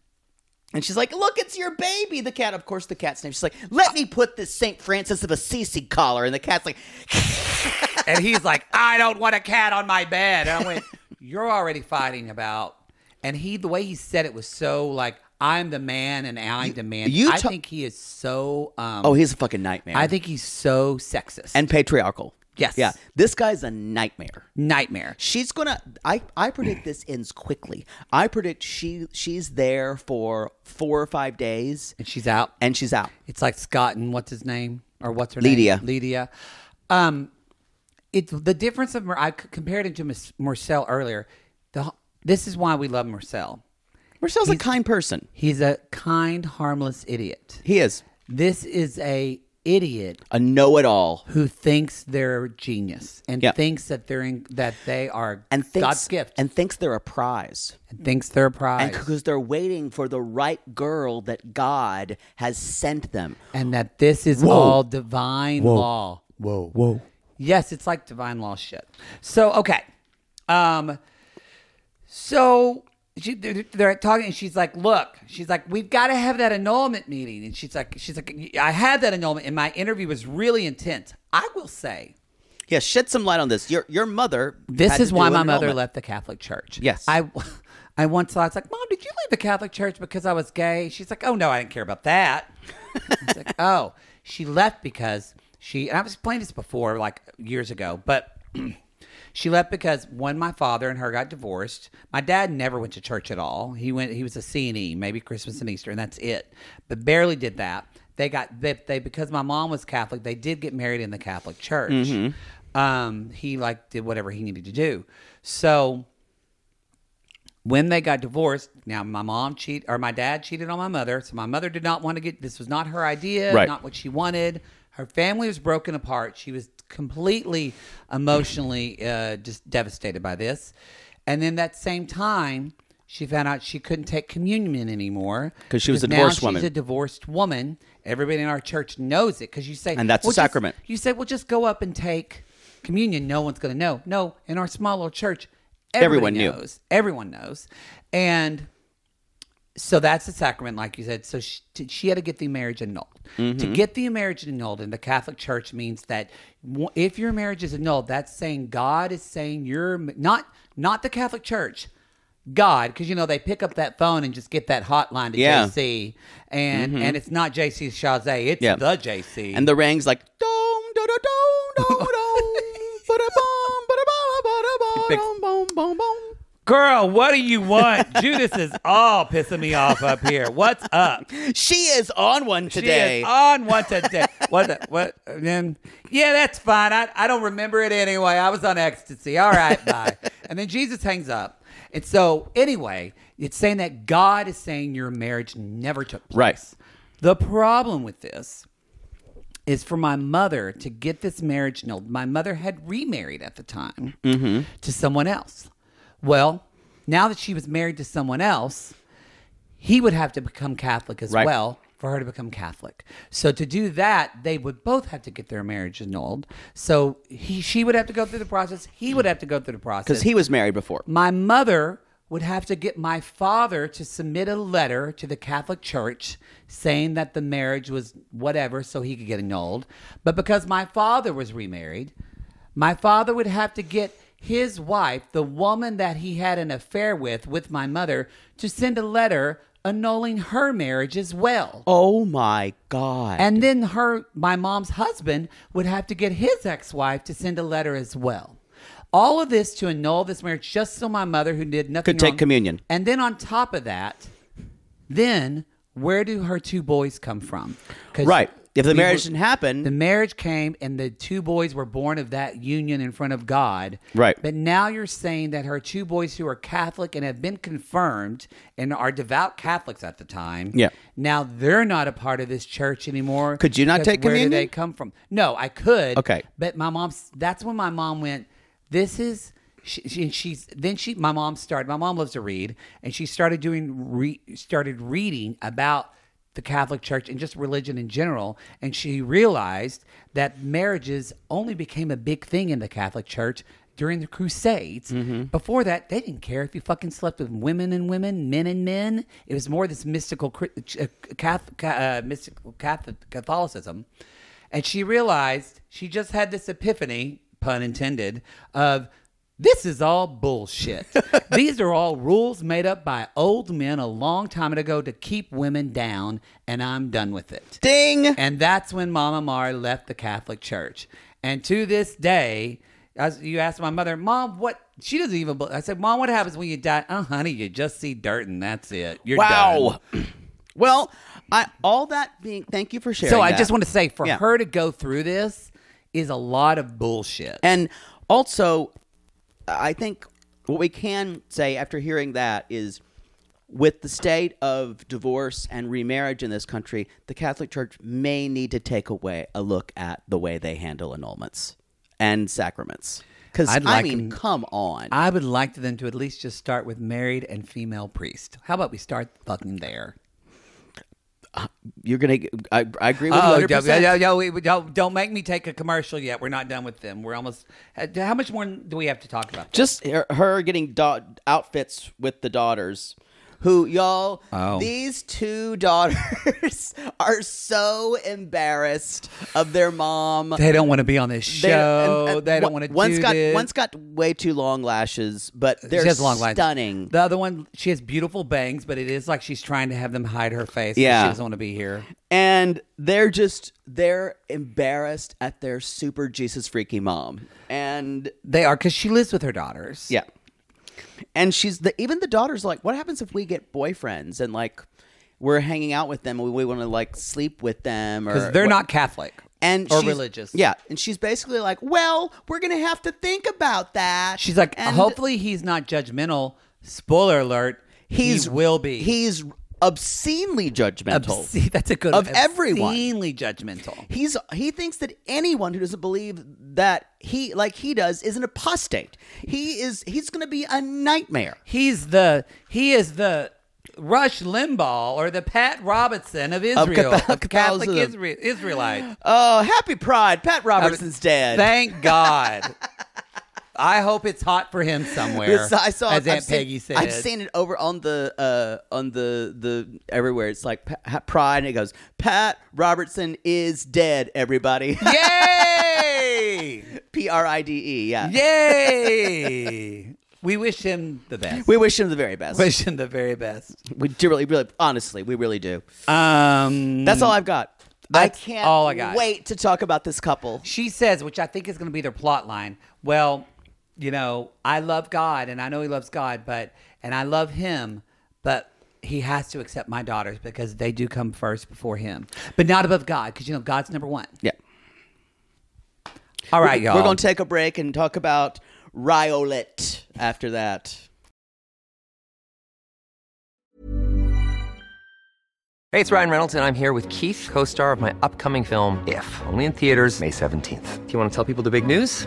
B: And she's like, "Look, it's your baby." The cat, of course, the cat's name. She's like, "Let me put this Saint Francis of Assisi collar." And the cat's like,
E: And he's like, I don't want a cat on my bed. And I went, You're already fighting about. And he, the way he said it was so like, I'm the man and I'm the man.
B: you
E: I
B: ta-
E: think he is so. Um,
B: "Oh, he's a fucking nightmare."
E: I think he's so sexist
B: and patriarchal.
E: Yes.
B: yeah, this guy's a nightmare.
E: nightmare.
B: She's gonna. I I predict this ends quickly. I predict she she's there for four or five days,
E: And she's out.
B: and she's out.
E: It's like Scott and what's his name or what's her
B: Lydia.
E: name? Lydia. Um, it's the difference of Mar- I c- compared him to Miss Marcel earlier. The this is why we love Marcel.
B: Marcel's a kind person.
E: He's a kind, harmless idiot.
B: He is
E: This is a idiot
B: a know-it-all,
E: who thinks they're a genius and
B: Yeah.
E: thinks that they're in, that they are
B: and thinks
E: God's gift
B: and thinks they're a prize,
E: and thinks they're a
B: and
E: prize and,
B: because they're waiting for the right girl that God has sent them.
E: that this is all divine law.
A: Whoa. Whoa.
E: Yes, it's like divine law shit. So okay, um, so she, they're, they're talking, and she's like, "Look, she's like, we've got to have that annulment meeting," and she's like, "She's like, I had that annulment, and my interview was really intense. I will say."
B: Yeah, shed some light on this. Your your mother.
E: This
B: had
E: is
B: to
E: why
B: do
E: my
B: an
E: mother
B: annulment.
E: left the Catholic Church.
B: Yes.
E: I, I once thought, I was like, Mom, did you leave the Catholic Church because I was gay? She's like, Oh, no, I didn't care about that. It's like, Oh, she left because she, and I've explained this before, like years ago, but she left because when my father and her got divorced, my dad never went to church at all. He went, he was a C&E, maybe Christmas and Easter, and that's it, but barely did that. They got, they, they because my mom was Catholic, they did get married in the Catholic Church um, he like did whatever he needed to do. So when they got divorced, now my mom cheat or my dad cheated on my mother, so my mother did not want to get this was not her idea,
B: Right.
E: not what she wanted. Her family was broken apart. She was completely emotionally uh, just devastated by this. And then that same time, she found out she couldn't take communion anymore
B: 'Cause she was a
E: now
B: divorced
E: she's
B: woman.
E: a divorced woman. Everybody in our church knows it because you say,
B: And that's a
E: just-
B: sacrament.
E: you say, well, just go up and take communion. No one's going to know. No, in our small little church,
B: Everyone
E: everyone
B: knew.
E: knows. Everyone knows, and so that's the sacrament, like you said. So she, t- she had to get the marriage annulled. To
B: Mm-hmm.
E: get the marriage annulled in the Catholic Church means that w- if your marriage is annulled, that's saying God is saying you're m- not not the Catholic Church. God, because you know they pick up that phone and just get that hotline to
B: Yeah. Mm-hmm.
E: JC, and and it's not JC Chazé, it's
B: Yeah.
E: the JC,
B: And the rings like dong da da dong dong dong ba-da-bom, ba-da-bom, ba-da-bom,
E: Big-
B: dong, bom, bom, bom.
E: Girl, what do you want? Judas is all pissing me off up here. What's up?
B: She is on one
E: She
B: today.
E: is on one today. What? The, what? Then yeah, that's fine. I, I don't remember it anyway. I was on ecstasy. All right, bye. And then Jesus hangs up. And so anyway, it's saying that God is saying your marriage never took place.
B: Right.
E: The problem with this is for my mother to get this marriage annulled. My mother had remarried at the time
B: Mm-hmm.
E: to someone else. Well, now that she was married to someone else, he would have to become Catholic as
B: Right.
E: well for her to become Catholic. So to do that, they would both have to get their marriage annulled. So he, she would have to go through the process. He would have to go through the process
B: Because he was married before.
E: my mother would have to get my father to submit a letter to the Catholic Church saying that the marriage was whatever so he could get annulled. But because my father was remarried, my father would have to get his wife, the woman that he had an affair with, with my mother, to send a letter annulling her marriage as well.
B: Oh my God.
E: And then her, my mom's husband, would have to get his ex wife to send a letter as well. All of this to annul this marriage just so my mother, who did nothing
B: Could take
E: wrong-
B: communion.
E: And then on top of that, then where do her two boys come from? 'Cause
B: Right. If the
E: we
B: marriage
E: were-
B: didn't happen,
E: the marriage came, and the two boys were born of that union in front of God.
B: Right.
E: But now you're saying that her two boys, who are Catholic and have been confirmed and are devout Catholics at the time,
B: Yeah.
E: Now they're not a part of this church anymore.
B: Could you not
E: because
B: take
E: where
B: communion?
E: Did they come from? No, I could.
B: Okay.
E: But my mom's. That's when my mom went. This is. She, she, and she's then she my mom started my mom loves to read and she started doing re, started reading about the Catholic Church and just religion in general and she realized that marriages only became a big thing in the Catholic Church during the Crusades. Before that, they didn't care if you fucking slept with women and women, men and men. It was more this mystical cri- uh, Cath- ca- uh, mystical Catholic Catholicism. And she realized she just had this epiphany, pun intended, of this is all bullshit. These are all rules made up by old men a long time ago to keep women down, and I'm done with it.
B: ding.
E: And that's when Mama Mar left the Catholic Church. And to this day, as you asked my mother, Mom, what? She doesn't even. bel- I said, Mom, what happens when you die? Oh, honey, you just see dirt and that's it. You're done.
B: Wow. well, I all that being. Thank you for sharing.
E: So I
B: that.
E: just want to say, for
B: Yeah.
E: her to go through this is a lot of bullshit.
B: And also, I think what we can say after hearing that is with the state of divorce and remarriage in this country, the Catholic Church may need to take away a look at the way they handle annulments and sacraments. Because, I
E: I'd like
B: mean,
E: them-
B: come on.
E: I would like to then to at least just start with married and female priest. How about we start fucking there?
B: You're going to, I I agree with
E: Oh,
B: you. 100%.
E: yo, yo, yo, we- we- don't, don't make me take a commercial yet. We're not done with them. We're almost. uh, How much more do we have to talk about?
B: Just her, her getting da- outfits with the daughters. Who y'all?
E: Oh.
B: These two daughters are so embarrassed of their mom.
E: They don't want to be on this
B: They-
E: show.
B: and-
E: They,
B: and
E: don't
B: one-
E: want to
B: one's
E: do
B: got
E: this.
B: one's got way too long lashes, but they're
E: she has long lines.
B: stunning.
E: The other one, she has beautiful bangs, but it is like she's trying to have them hide her face. 'cause
B: Yeah.
E: she doesn't want to be here.
B: and they're just they're embarrassed at their super Jesus freaky mom. And
E: They are because she lives with her daughters.
B: Yeah. And she's the even the daughter's like, what happens if we get boyfriends and like we're hanging out with them and we want to like sleep with them or
E: because they're
B: what-
E: not Catholic
B: and
E: or
B: she's-
E: religious.
B: Yeah, and she's basically like, well, we're gonna have to think about that.
E: she's like,
B: And
E: hopefully he's not judgmental. Spoiler alert,
B: he's
E: he will be.
B: He's obscenely judgmental.
E: Obscene- that's a good
B: of everyone.
E: Obscenely judgmental.
B: He's he thinks that anyone who doesn't believe that he like he does is an apostate. He is he's going to be a nightmare.
E: He's the he is the Rush Limbaugh or the Pat Robertson of
B: Of
E: Israel,
B: Catho-
E: of Catholic
B: Catholicism.
E: Israel, Israelite.
B: Oh, happy Pride! Pat Robertson's dead.
E: Thank God. I hope it's hot for him somewhere.
B: Yes, I saw
E: as
B: I've
E: Aunt
B: seen-
E: Peggy said.
B: I've seen it over on the uh, on the the everywhere. It's like Pat, Pride, and it goes Pat Robertson is dead. Everybody,
E: Yay!
B: P R I D E. Yeah,
E: Yay! we wish him the best.
B: We wish him the very best.
E: wish him the very best.
B: We do really, really, honestly, we really do.
E: Um,
B: That's all I've got.
E: That's
B: I can't
E: all I got.
B: wait to talk about this couple.
E: she says, which I think is going to be their plot line. Well, you know, I love God and I know He loves God, but and I love Him, but He has to accept my daughters because they do come first before Him, but not above God because you know God's number one.
B: Yeah,
E: All right, y'all.
B: we're gonna take a break and talk about Riolet after that.
D: Hey, it's Ryan Reynolds, and I'm here with Keith, co star of my upcoming film, If, only in theaters, May 17th. Do you want to tell people the big news?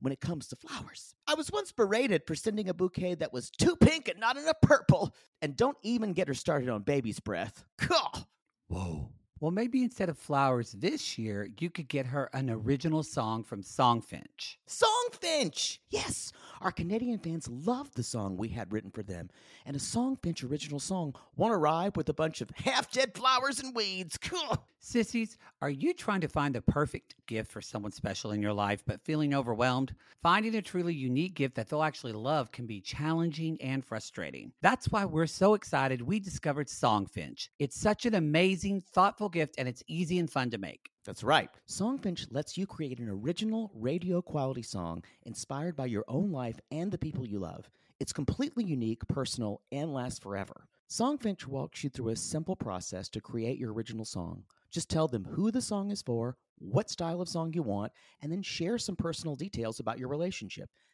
B: when it comes to flowers. I was once berated for sending a bouquet that was too pink and not enough purple. And don't even get her started on baby's breath. Gah!
E: Whoa. Well, maybe instead of flowers this year, you could get her an original song from Songfinch.
B: Songfinch! Yes, our Canadian fans loved the song we had written for them, and a Songfinch original song won't arrive with a bunch of half dead flowers and weeds. Cool.
E: Sissies, are you trying to find the perfect gift for someone special in your life but feeling overwhelmed? Finding a truly unique gift that they'll actually love can be challenging and frustrating. That's why we're so excited we discovered Songfinch. It's such an amazing, thoughtful gift and it's easy and fun to make.
B: That's right. Songfinch lets you create an original radio quality song inspired by your own life and the people you love. It's completely unique, personal, and lasts forever. Songfinch walks you through a simple process to create your original song. Just tell them who the song is for, what style of song you want, and then share some personal details about your relationship.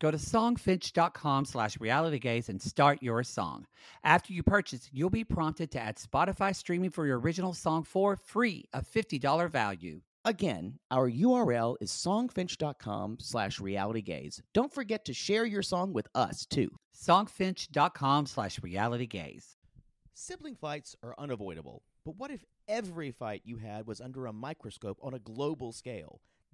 E: Go to songfinch.com slash realitygaze and start your song. After you purchase, you'll be prompted to add Spotify streaming for your original song for free, a $50 value.
B: Again, our URL is songfinch.com slash realitygaze. Don't forget to share your song with us, too.
E: Songfinch.com slash realitygaze.
B: Sibling fights are unavoidable, but what if every fight you had was under a microscope on a global scale?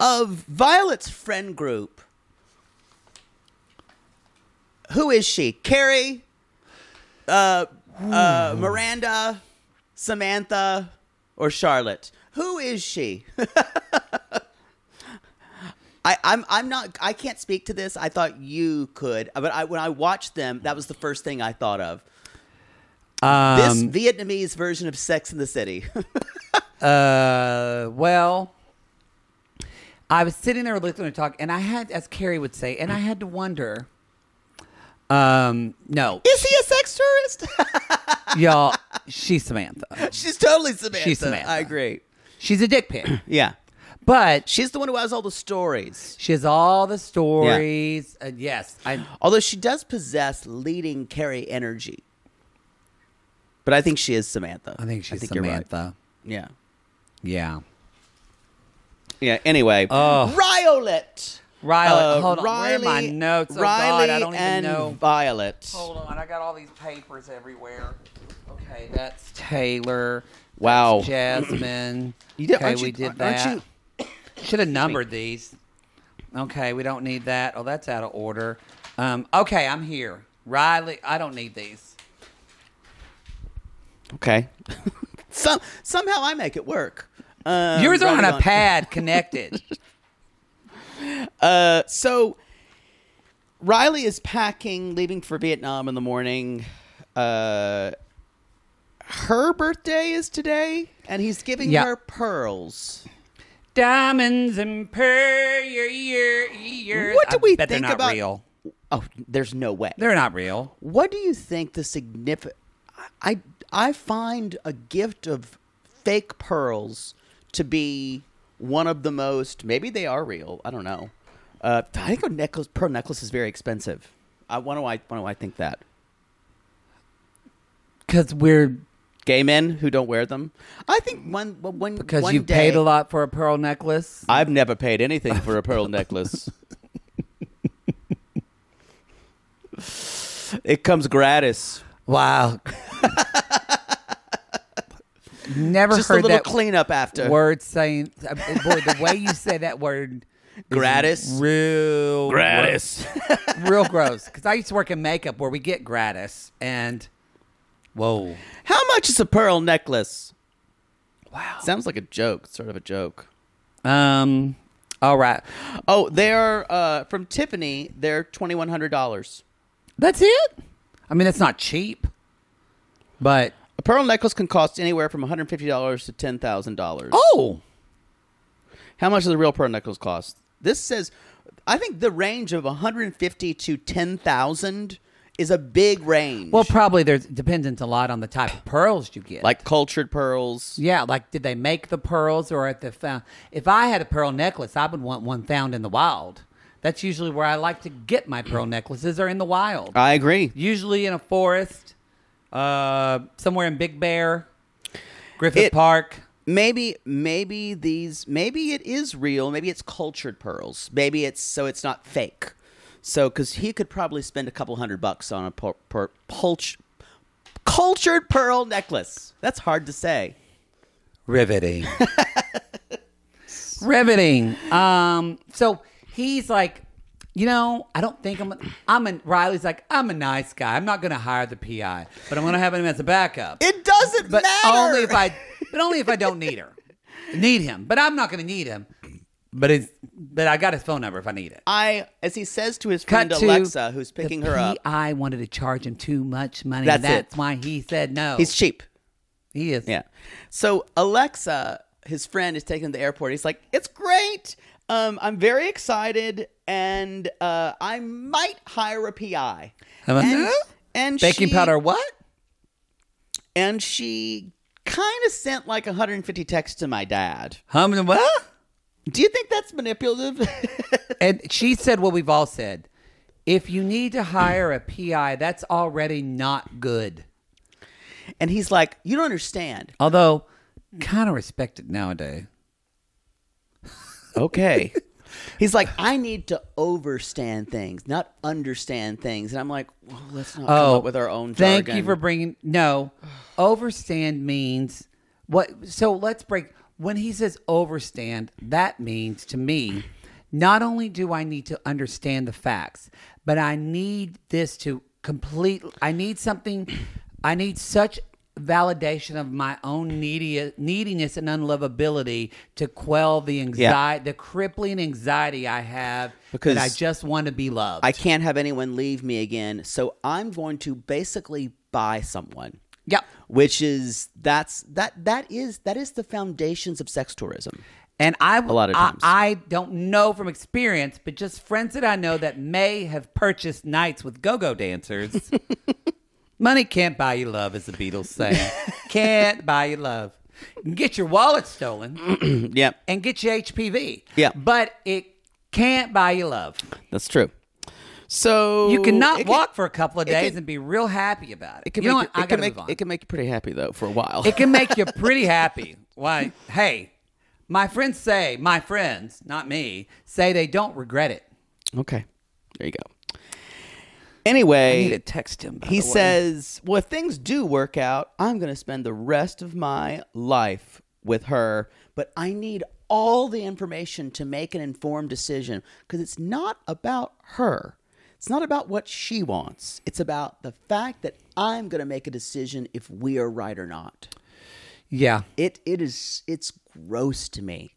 B: of Violet's friend group, who is she? Carrie, uh, uh, Miranda, Samantha, or Charlotte? Who is she? I, I'm I'm not I can't speak to this. I thought you could, but I when I watched them, that was the first thing I thought of.
F: Um,
B: this Vietnamese version of Sex in the City.
E: Uh, well, I was sitting there listening to talk, and I had, as Carrie would say, and I had to wonder. Um, no,
B: is he a sex tourist?
E: y'all, she's Samantha.
B: She's totally Samantha.
E: She's Samantha.
B: I agree.
E: She's a dick pig,
B: Yeah.
E: but she,
B: She's the one who has all the stories.
E: she has all the stories. Uh, yes, I,
B: Although she does possess leading Carrie energy. But I think she is Samantha.
E: I think she's
B: you're right. Uh,
E: Samantha.
B: Yeah.
E: Yeah,
B: Yeah. Anyway.
E: Oh.
B: Riolet.
E: Riley. hold on, where are my notes? Oh, God, I
B: Riley
E: don't even
B: and
E: know.
B: Violet.
E: Hold on, I got all these papers everywhere. Okay, that's Taylor.
B: Wow.
E: That's Jasmine.
B: You did-
E: okay,
B: aren't you-
E: we did
B: aren't
E: that.
B: you-
E: Should have numbered these. Okay, we don't need that. Oh, that's out of order. Um, okay, I'm here. Riley, I don't need these.
B: Okay. Some, somehow I make it work. Um,
E: Yours are on
B: Riley
E: a pad connected.
F: Uh, so Riley is packing, leaving for Vietnam in the morning. Uh, her birthday is today, and he's giving
E: Yeah.
F: her pearls.
E: Diamonds and pearl your ear ears.
F: What do
E: I
F: we
E: bet
F: think
E: they're not
F: about-
E: real?
F: Oh, there's no way.
E: They're not real.
F: What do you think the significant? I I find a gift of fake pearls to be one of the most. Maybe they are real. I don't know. Uh, I think a necklace, pearl necklace, is very expensive. I why do I why do I think that?
E: Because we're
F: Gay men who don't wear them. I think one one
E: because
F: one
E: you've
F: day,
E: paid a lot for a pearl necklace.
F: I've never paid anything for a pearl necklace. it comes gratis.
E: Wow. Never
F: Just a
E: heard
F: little
E: that
F: cleanup after.
E: word saying. uh, Boy, the way you say that word. is
F: Gratis.
E: Real.
F: Gratis.
E: Real gross. Because I used to work in makeup where we get gratis and. Whoa.
F: How much is a pearl necklace? Wow. Sounds like a joke, sort of a joke.
E: Um. All right.
F: Oh, they're uh, from Tiffany. They're twenty one hundred dollars.
E: That's it. I mean, that's not cheap, but
F: A pearl necklace can cost anywhere from one hundred fifty dollars to ten thousand dollars.
E: oh,
F: How much does a real pearl necklace cost? This says, I think the range of one hundred fifty to ten thousand is a big range.
E: well, probably there's dependent a lot on the type of pearls you get.
F: like cultured pearls.
E: yeah, like did they make the pearls or at the found? If I had a pearl necklace, I would want one found in the wild. That's usually where I like to get my pearl necklaces are in the wild,
F: I agree.
E: usually in a forest, uh, somewhere in Big Bear, Griffith
F: It-
E: Park.
F: maybe maybe these maybe it is real maybe it's cultured pearls maybe it's so it's not fake so because he could probably spend a couple hundred bucks on a per, per, pulch, cultured pearl necklace that's hard to say
E: riveting riveting um so he's like you know i don't think i'm i'm a riley's like i'm a nice guy i'm not gonna hire the pi but i'm gonna have him as a backup
F: it doesn't
E: but
F: matter
E: only if i but only if i don't need her need him but i'm not gonna need him but it's but i got his phone number if i need it
F: i as he says to his
E: Cut
F: friend
E: to
F: alexa who's picking
E: the
F: her up
E: PI wanted to charge him too much money.
F: That's
E: That's,
F: it.
E: why he said no.
F: he's cheap
E: he is.
F: Yeah. So Alexa, his friend, is taken to the airport. He's like, "It's great. Um, I'm very excited, and uh, I might hire a PI."
E: I'm like,
F: And,
E: "Huh?
F: and
E: baking
F: she-
E: powder. What?
F: And she kind of sent like 150 texts to my dad.
E: Hum and what?
F: Do you think that's manipulative?
E: And she said what we've all said. If you need to hire a PI, that's already not good.
F: and he's like, "You don't understand."
E: Although, kind of respected nowadays.
F: Okay. He's like, I need to overstand things, not understand things, and I'm like, well, let's not come up with our own.
E: Oh, Thank you
F: jargon.
E: for bringing. No, overstand means what? So let's break. When he says overstand, that means to me, not only do I need to understand the facts, but I need this to complete. I need something. I need such validation of my own needy, neediness and unlovability to quell the anxiety, the crippling anxiety I have
F: Because
E: that I just want to be loved.
F: I can't have anyone leave me again, so I'm going to basically buy someone.
E: Yep.
F: Which is that's that that is that is the foundations of sex tourism.
E: And I,
F: A lot of
E: I-
F: times.
E: I, don't know from experience, but just friends that I know that may have purchased nights with go-go dancers. Money can't buy you love, as the Beatles say. can't buy you love. You can get your wallet stolen
F: Yep,
E: and get your HPV.
F: Yeah.
E: But it can't buy you love.
F: that's true. So
E: You
F: it
E: cannot
F: can-
E: walk for a couple of
F: it can-
E: days and be real happy about it.
F: It can
E: you know
F: make
E: what?
F: you,
E: I
F: it can
E: gotta
F: make
E: move on.
F: it can make you pretty happy though for a while.
E: It can make you pretty happy. Why? Hey, my friends say, my friends, not me, say they don't regret it.
F: okay, there you go.
E: I
F: Anyway,
E: need to text him. by
F: he
E: the way.
F: says, "Well, if things do work out, I'm going to spend the rest of my life with her, but I need all the information to make an informed decision because it's not about her. It's not about what she wants. It's about the fact that I'm going to make a decision if we are right or not.
E: "Yeah,
F: It it is it's gross to me.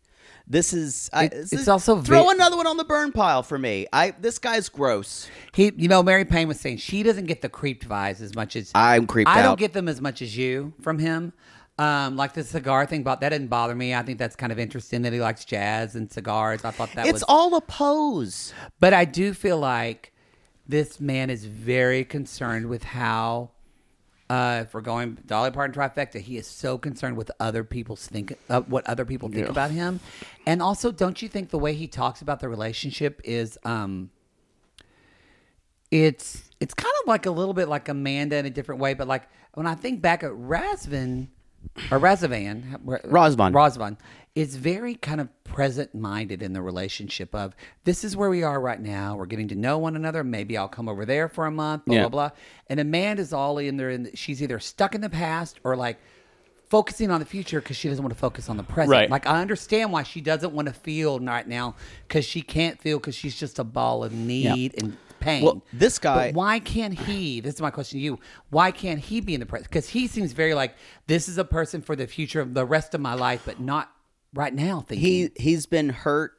F: This is I,
E: It-
F: this
E: it's
F: is-
E: also
F: throw
E: ve-
F: another one on the burn pile for me. I this guy's gross.
E: He, you know, Mary Payne was saying she doesn't get the creeped vibes as much as
F: I'm creeped
E: I don't
F: out.
E: get them as much as you from him. Um, like the cigar thing, but that didn't bother me. I think that's kind of interesting that he likes jazz and cigars. I thought that
F: it's
E: was
F: all a pose.
E: But I do feel like this man is very concerned with how, uh, if we're going Dolly Parton trifecta, he is so concerned with other people's think uh, what other people think about him, and also don't you think the way he talks about the relationship is, um, it's it's kind of like a little bit like Amanda in a different way, but like when I think back at Razvan. Or Razavan,
F: Razvan.
E: Rosvan is very kind of present minded in the relationship of this is where we are right now. We're getting to know one another. Maybe I'll come over there for a month, blah,
F: Yeah.
E: blah, blah. And Amanda's all in there and she's either stuck in the past or like focusing on the future because she doesn't want to focus on the present.
G: Right.
E: Like I understand why she doesn't want to feel right now because she can't feel because she's just a ball of need and pain.
F: Well, this guy-
E: But why can't he? This is my question to you. Why can't he be in the present? Because he seems very like this is a person for the future of the rest of my life, but not right now. Thinking,
F: He he's been hurt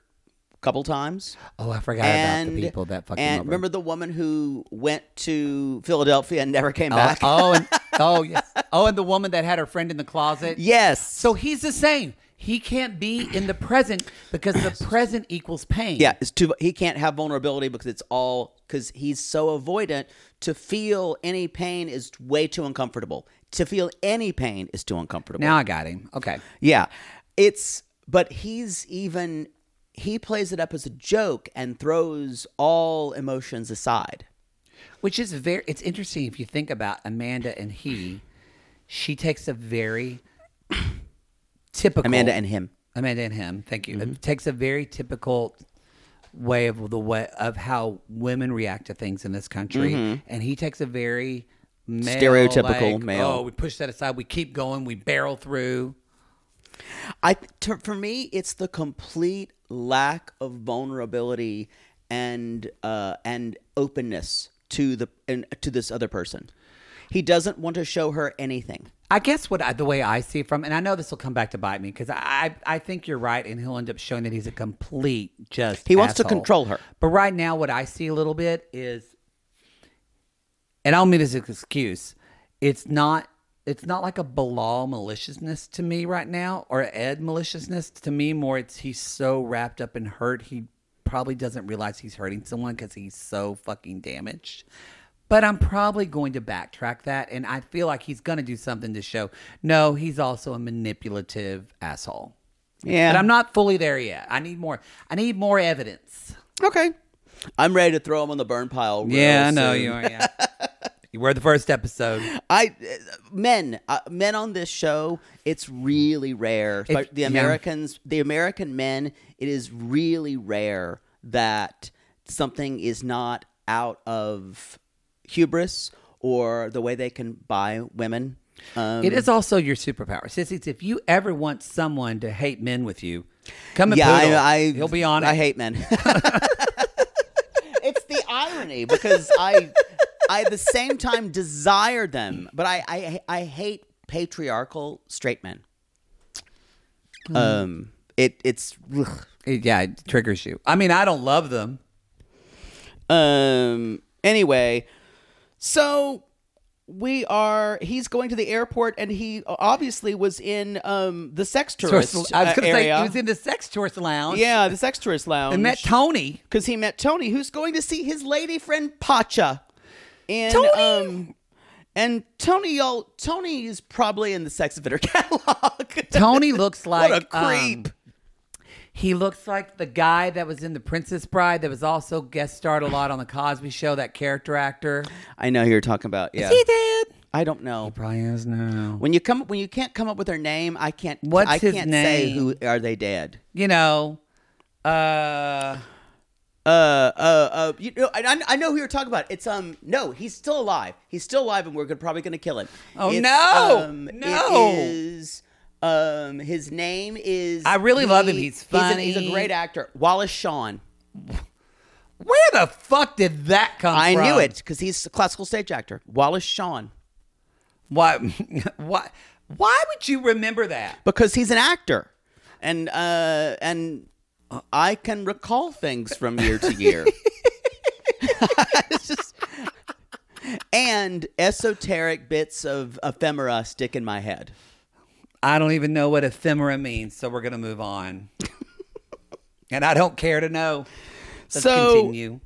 F: a couple times.
E: oh, I forgot
F: and
E: about the people that fucking
F: and
E: over.
F: remember the woman who went to Philadelphia and never came
E: oh,
F: back.
E: oh, and oh, yes. oh, and the woman that had her friend in the closet.
F: yes.
E: So he's the same. He can't be in the present because the present equals pain.
F: Yeah, it's too. He can't have vulnerability because it's all because he's so avoidant. To feel any pain is way too uncomfortable. To feel any pain is too uncomfortable.
E: Now I got him. Okay.
F: yeah, it's but he's even he plays it up as a joke and throws all emotions aside.
E: Which is very it's interesting if you think about Amanda and he, she takes a very typical
F: Amanda and him.
E: Amanda and Mm-hmm. him, thank you. It takes a very typical way of the way of how women react to things in this country. And he takes a very male,
F: Stereotypical
E: like,
F: male.
E: Oh, we push that aside, we keep going, we barrel through.
F: I to, for me, it's the complete lack of vulnerability and uh, and openness to the and to this other person. He doesn't want to show her anything.
E: I guess what I, the way I see it from, and I know this will come back to bite me because I, I I think you're right, and he'll end up showing that he's a complete just.
F: He wants to
E: asshole.
F: control her.
E: But right now, what I see a little bit is, and I don't mean this as an excuse. It's not. It's not like a Bilal maliciousness to me right now, or Ed maliciousness to me. More, it's he's so wrapped up in hurt, he probably doesn't realize he's hurting someone because he's so fucking damaged. But I'm probably going to backtrack that, and I feel like he's going to do something to show. No, he's also a manipulative asshole.
F: Yeah,
E: But I'm not fully there yet. I need more. I need more evidence.
F: Okay. I'm ready to throw him on the burn pile. real
E: Yeah, I know
F: soon.
E: you are. Yeah, you were the first episode.
F: I uh, men uh, men on this show. It's really rare. But the
E: yeah.
F: Americans, the American men, it is really rare that something is not out of hubris or the way they can buy women. Um,
E: it is also your superpower, Sissies. If you ever want someone to hate men with you, come and
F: yeah,
E: poodle.
F: I, I
E: He'll be on it.
F: I hate men. it's the irony because I I at the same time desire them, but I I, I hate patriarchal straight men.
E: Hmm.
F: Um, it it's ugh.
E: It- Yeah, it triggers you. I mean, I don't love them.
F: um anyway, so we are he's going to the airport and he obviously was in um the sex tourist
E: I was
F: uh,
E: gonna
F: area.
E: say he was in the sex tourist lounge.
F: yeah, the sex tourist lounge.
E: and met Tony.
F: because he met Tony, who's going to see his lady friend Pacha. And
E: Tony!
F: um and Tony y'all Tony is probably in the sex offender catalog.
E: Tony looks like
F: what a creep.
E: um, he looks like the guy that was in The Princess Bride that was also guest starred a lot on The Cosby Show. That character actor.
F: I know who you're talking about. Yeah.
E: He did.
F: I don't know.
E: Probably is now.
F: When you come when you can't come up with her name, I can't
E: What's
F: I
E: his
F: can't say
E: name?
F: who are they dead.
E: You know, uh,
F: Uh uh uh you know I, I- I know who you're talking about. It's um no, he's still alive. He's still alive and we're gonna, probably going to kill him.
E: Oh,
F: It's, um,
E: no!
F: it
E: No!
F: is- um his name is
E: I really love him. He's
F: an- He's a,
E: funny.
F: great actor. Wallace Shawn.
E: where the fuck did that come
F: I
E: from?
F: knew it cuz he's a classical stage actor. Wallace Shawn.
E: Why? Why? Why would you remember that?
F: Because he's an actor. and uh, and I can recall things from year to year. It's just- and esoteric bits of ephemera stick in my head.
E: I don't even know what ephemera means, so we're gonna move on. and I don't care to know. Let's
F: So-
E: continue.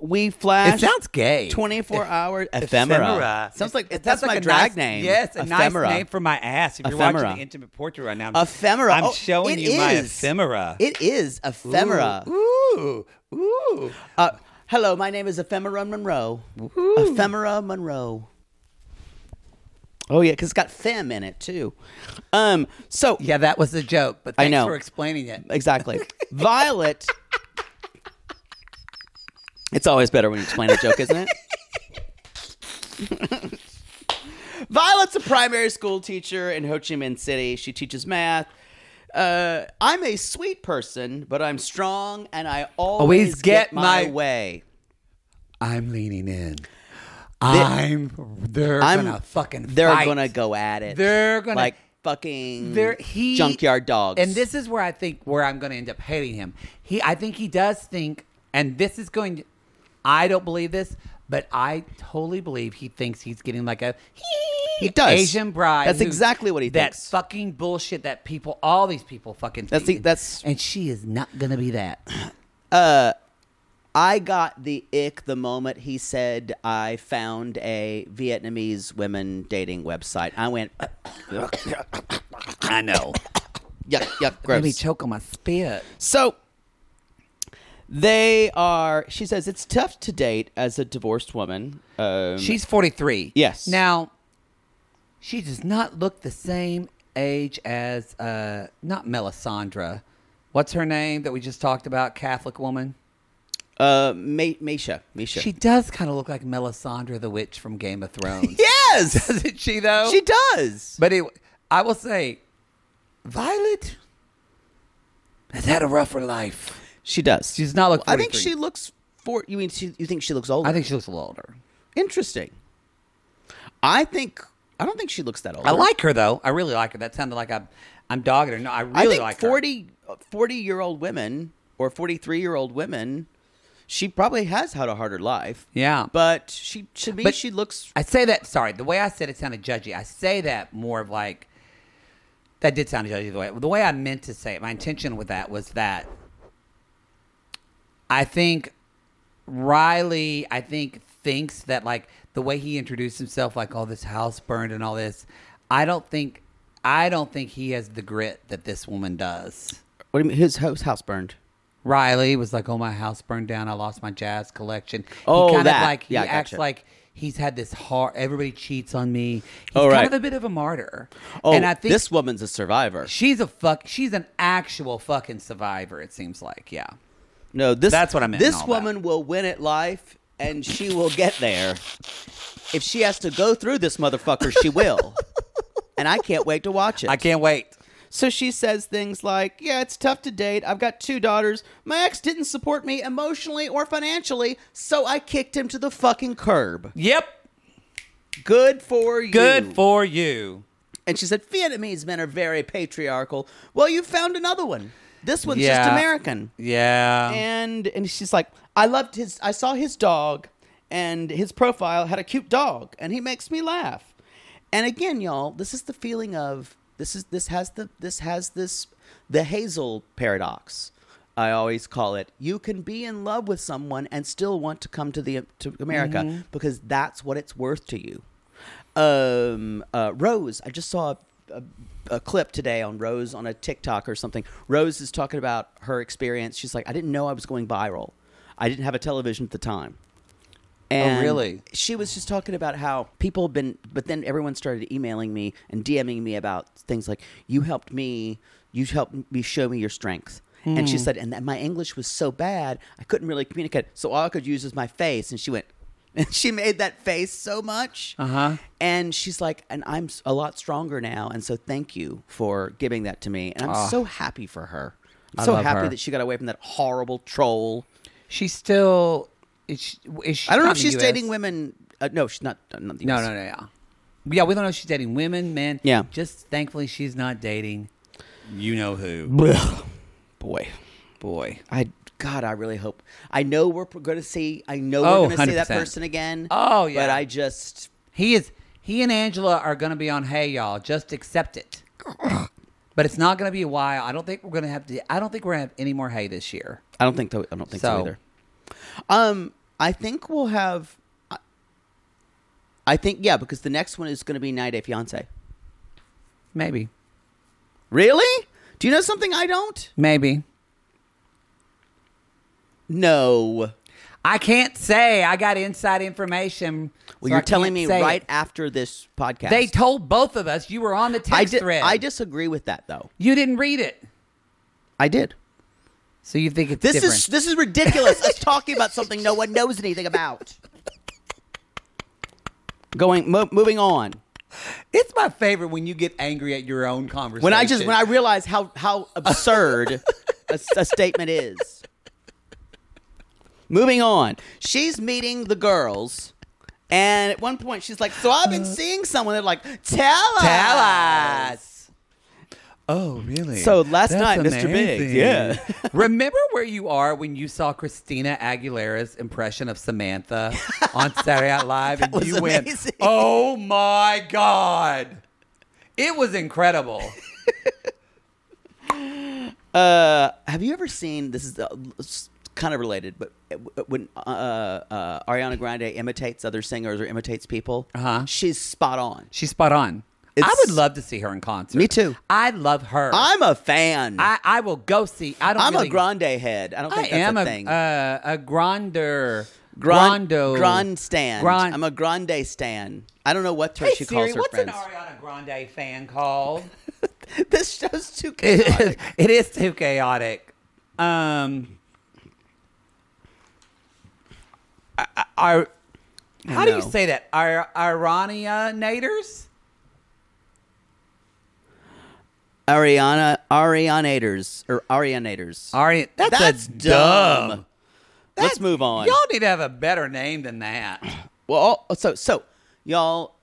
F: We flash.
E: It sounds gay.
F: 24 hour ephemera. Sounds like
E: It- it
F: that's
E: sounds like
F: my
E: a
F: drag
E: nice-
F: name.
E: Yes, a
F: Ephemera.
E: nice name for my ass. If you're
F: Ephemera.
E: watching the intimate portrait right now, I'm-
F: Ephemera.
E: I'm
F: Oh,
E: showing
F: it
E: you my
F: is.
E: ephemera.
F: It is ephemera.
E: Ooh, ooh.
F: Uh, hello, my name is Ephemera Monroe. Ephemera Monroe. Oh yeah, because it's got fem in it too. Um, so
E: Yeah, that was a joke, but
F: I
E: thanks
F: know.
E: for explaining it.
F: exactly, Violet. It's always better when you explain a joke, isn't it? Violet's a primary school teacher in Ho Chi Minh City. She teaches math. Uh, I'm a sweet person, but I'm strong, and I always,
E: get
F: my,
E: my-
F: way.
E: I'm leaning in. I'm. They're
F: I'm
E: gonna fucking.
F: They're
E: fight.
F: gonna go at it.
E: They're gonna-
F: like fucking
E: There, he
F: Mm. junkyard dogs.
E: And this is where I think where I'm going to end up hating him. He, I think he does think, and this is going. I don't believe this, but I totally believe he thinks he's getting like a.
F: He does.
E: Asian bride.
F: That's
E: who-
F: exactly what he
E: that
F: thinks.
E: fucking bullshit that people, all these people, fucking.
F: That's the-
E: think.
F: that's-
E: and she is not gonna be that.
F: I got the ick the moment he said I found a Vietnamese women dating website. I went uh,
E: I know.
F: yuck yuck
E: Let me
F: gross.
E: choke on my spit.
F: So they are. She says it's tough to date as a divorced woman. Um,
E: She's 43.
F: Yes.
E: Now, she does not look the same age as, uh, not Melisandre. What's her name that we just talked about? Catholic woman?
F: uh, Ma- Misha, Misha.
E: She does kind of look like Melisandre the witch from Game of Thrones.
F: yes,
E: Doesn't she, though?
F: she does.
E: But it, I will say, Violet has had a rougher life.
F: She does.
E: She does not look
F: I think
E: 43.
F: she looks. For you mean she, you think she looks older?
E: I think she looks a little older.
F: Interesting. I think I don't think she looks that old.
E: I like her, though. I really like her. That sounded like I'm, I'm dogging her. No, I really
F: I think
E: like her.
F: 40 40 year old women or 43 year old women she probably has had a harder life.
E: Yeah.
F: But she to me
E: But-
F: she looks
E: I say that. Sorry, the way I said it sounded judgy. I say that more of like that did sound judgy. The way the way I meant to say it, my intention with that was that I think Riley, I think thinks that like the way he introduced himself, like all this house burned and all this. I don't think I don't think he has the grit that this woman does.
F: What do you mean his house house burned?
E: Riley was like, "Oh, my house burned down. I lost my jazz collection." He
F: Oh,
E: kind
F: that.
E: of like he
F: Yeah,
E: acts
F: gotcha.
E: like he's had this hard. Everybody cheats on me. He's
F: Oh,
E: kind
F: right.
E: of a bit of a martyr.
F: Oh,
E: and I think
F: this woman's a survivor.
E: she's a fuck. She's an actual fucking survivor. It seems like, yeah.
F: No, this
E: That's what I meant in
F: This
E: all that.
F: woman will win at life and she will get there. If she has to go through this motherfucker, she will. and I can't wait to watch it.
E: I can't wait.
F: So she says things like, Yeah, it's tough to date. I've got two daughters. My ex didn't support me emotionally or financially, so I kicked him to the fucking curb.
E: Yep.
F: Good for you.
E: Good for you.
F: And she said, Vietnamese men are very patriarchal. Well, you found another one. This one's just
E: Yeah.
F: American.
E: Yeah.
F: And and she's like, I loved his I saw his dog and his profile had a cute dog and he makes me laugh. And again, y'all, this is the feeling of this is this has the this has this the Hazel paradox. I always call it. You can be in love with someone and still want to come to the to America because that's what it's worth to you. Um, uh, Rose, I just saw a, a, a clip today on Rose on a TikTok or something. Rose is talking about her experience. She's like, I didn't know I was going viral. I didn't have a television at the time. And
E: really?
F: She was just talking about how people have been, but then everyone started emailing me and DMing me about things like, "You helped me. You helped me show me your strength." And
E: Hmm.
F: she said, "And that my English was so bad, I couldn't really communicate. So all I could use was my face." And she went, and she made that face so much. Uh
E: Uh-huh.
F: huh. And she's like, "And I'm s- a lot stronger now, and so thank you for giving that to me. And I'm so happy for her. I'm
E: Ah. I
F: so
E: love
F: happy
E: her.
F: that she got away from that horrible troll."
E: She's still. Is she, is she
F: I don't know
E: not in
F: if she's
E: the US?
F: dating women. Uh, no, she's not. uh, not the
E: No,
F: US.
E: no, no, yeah. Yeah, we don't know if she's dating women, men.
F: Yeah.
E: Just thankfully she's not dating You know who.
F: Blech. Boy,
E: Boy.
F: I God, I really hope. I know we're going to see. I know
E: Oh,
F: we're going to see that
E: 100%.
F: person again.
E: Oh, yeah.
F: but I just
E: He is. He and Angela are going to be on Hey Y'all. Just accept it. but it's not going to be a while. I don't think we're going to have to. I don't think we're going to have any more Hey this year.
F: I don't think tho- I don't think so,
E: So-
F: either. Um, I think we'll have. I- I think yeah, because the next one is going to be Night Day Fiance.
E: Maybe.
F: Really? Do you know something I don't?
E: Maybe.
F: No.
E: I can't say. I got inside information.
F: Well,
E: so I
F: you're telling
E: can't
F: me
E: say it.
F: right after this podcast.
E: They told both of us you were on the text
F: I di-
E: thread.
F: I disagree with that though.
E: You didn't read it.
F: I did.
E: So you think it's
F: This
E: different.
F: is this is ridiculous. Us talking about something no one knows anything about. Going mo- moving on.
E: it's my favorite when you get angry at your own conversation.
F: When I just when I realize how how absurd a, s- a statement is. Moving on. She's meeting the girls. And at one point, she's like, "So I've been seeing someone." They're like, "Tell us,
E: Uh-huh. Tell us. Oh, really?
F: So last night, Mr. Biggs, yeah.
E: Remember where you are when you saw Christina Aguilera's impression of Samantha on Saturday Night Live, and
F: was
E: you
F: amazing.
E: went, "Oh my god!" It was incredible.
F: Uh, have you ever seen this? Is uh, s- kind of related, but uh, when uh, uh, Ariana Grande imitates other singers or imitates people,
E: Uh-huh.
F: she's spot on.
E: She's spot on. I
F: It's-
E: would love to see her in concert.
F: Me too.
E: I love her.
F: I'm a fan. I,
E: I, I will go see. I don't.
F: am
E: really,
F: a Grande head. I don't
E: I
F: think that's
E: am
F: a,
E: a,
F: thing.
E: Uh, a grander.
F: Gran-
E: Grando.
F: Grand stand.
E: Gran-
F: I'm a Grande stan. I don't know what her she calls her
E: what's
F: friends.
E: an Ariana Grande fan called?
F: this show's too
E: it
F: chaotic.
E: is- it is too chaotic. Um, I- I- I- how do you
F: know.
E: say that? Ar- Irania Naders?
F: Ariana Arianators or Arianators.
E: Ari- that's,
F: That's
E: a dumb.
F: dumb. Let's move on.
E: Y'all need to have a better name than that.
F: Well, all- so so y'all,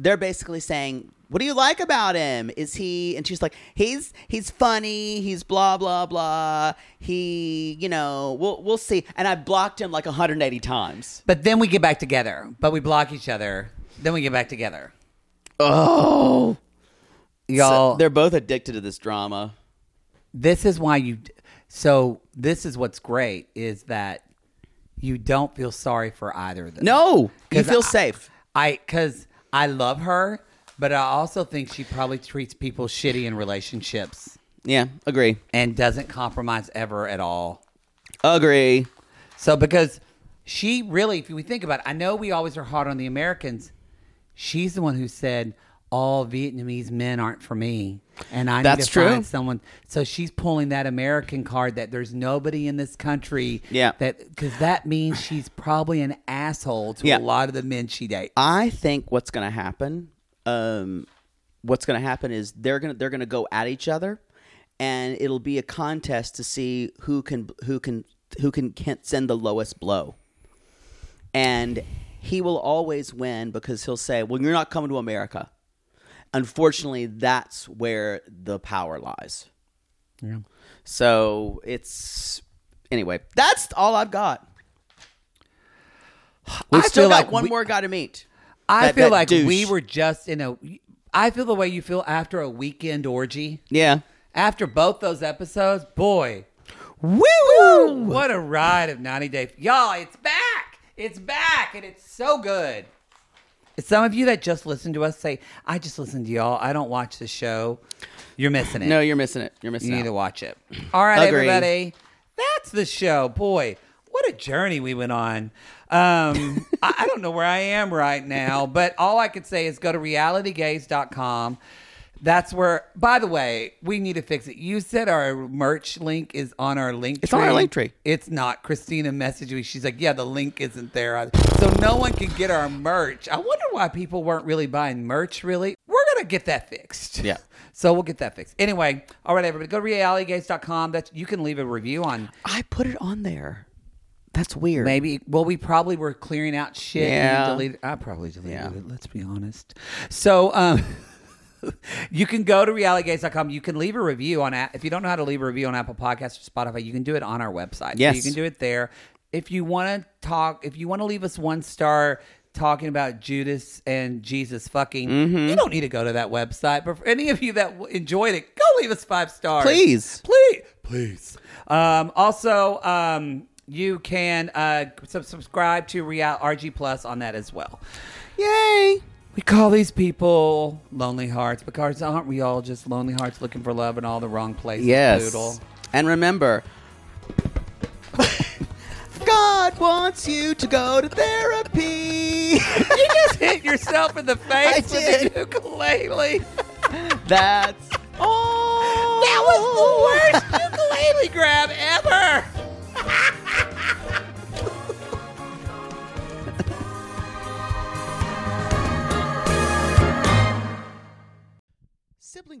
F: they're basically saying, "What do you like about him? Is he?" And she's like, "He's he's funny. He's blah blah blah. He, you know, we'll we'll see." And I blocked him like 180 times.
E: But then we get back together. But we block each other. Then we get back together.
F: Oh,
E: Y'all,
F: they're both addicted to this drama.
E: this is why you so this is what's great is that you don't feel sorry for either of them
F: No, you
E: 'Cause
F: feel
E: I-
F: safe.
E: i because i love her but i also think she probably treats people shitty in relationships
F: Yeah, agree,
E: and doesn't compromise ever at all
F: agree.
E: so because she really if we think about it i know we always are hard on the americans she's the one who said all vietnamese men aren't for me and i need
F: That's
E: to find
F: true.
E: someone. So she's pulling that American card that there's nobody in this country.
F: Yeah.
E: That because that means she's probably an asshole to a
F: Yeah.
E: lot of the men she dates.
F: I think what's going to happen, um, what's going to happen is they're going to they're going to go at each other, and it'll be a contest to see who can who can who can, can send the lowest blow, and he will always win because he'll say, "Well, you're not coming to America." Unfortunately, that's where the power lies.
E: Yeah.
F: So it's anyway. That's all I've got. We
E: I
F: still
E: feel
F: got
E: like
F: one
E: we-
F: more guy to meet.
E: I
F: That-
E: feel
F: that
E: like we
F: douche.
E: were just in a. I feel the way you feel after a weekend orgy.
F: Yeah.
E: After both those episodes, boy,
F: Woo!
E: what a ride of 90 Day. Y'all, it's back. It's back, and it's so good. Some of you that just listen to us say, I just listened to y'all. I don't watch the show. You're missing it.
F: No, you're missing it. You're
E: You
F: missing
E: need
F: it.
E: to watch it. All right,
F: Agreed.
E: everybody. That's the show. Boy, what a journey we went on. Um, I, I don't know where I am right now, but all I could say is go to realitygaze.com. That's where, by the way, we need to fix it. You said our merch link is on our link
F: It's on our link tree.
E: It's not. Christina messaged me. She's like, yeah, the link isn't there. I- So no one can get our merch. I wonder why people weren't really buying merch, really. We're going to get that fixed.
F: Yeah.
E: So we'll get that fixed. Anyway, all right, everybody, go to realitygates.com. That's you can leave a review on
F: I put it on there. That's weird.
E: maybe. Well, we probably were clearing out shit. and
F: Yeah.
E: deleted- I probably deleted
F: Yeah.
E: it. Let's be honest. So, um, you can go to realitygates.com. You can leave a review on a- if you don't know how to leave a review on Apple Podcasts or Spotify. You can do it on our website. So
B: Yes.
E: you can do it there. If you want to talk, if you want to leave us one star talking about Judas and Jesus fucking, you don't need to go to that website. But for any of you that w- enjoyed it, go leave us five stars,
B: Please.
E: please, please. Um, also, um, you can uh, sub- subscribe to Real RG Plus on that as well.
B: Yay!
E: We call these people lonely hearts because aren't we all just lonely hearts looking for love in all the wrong places?
B: Yes.
E: Poodle.
B: And remember, God wants you to go to therapy.
E: You just hit yourself in the face
B: I
E: with
B: did.
E: a ukulele.
B: That's all.
E: That was the worst ukulele grab ever.
B: Sibling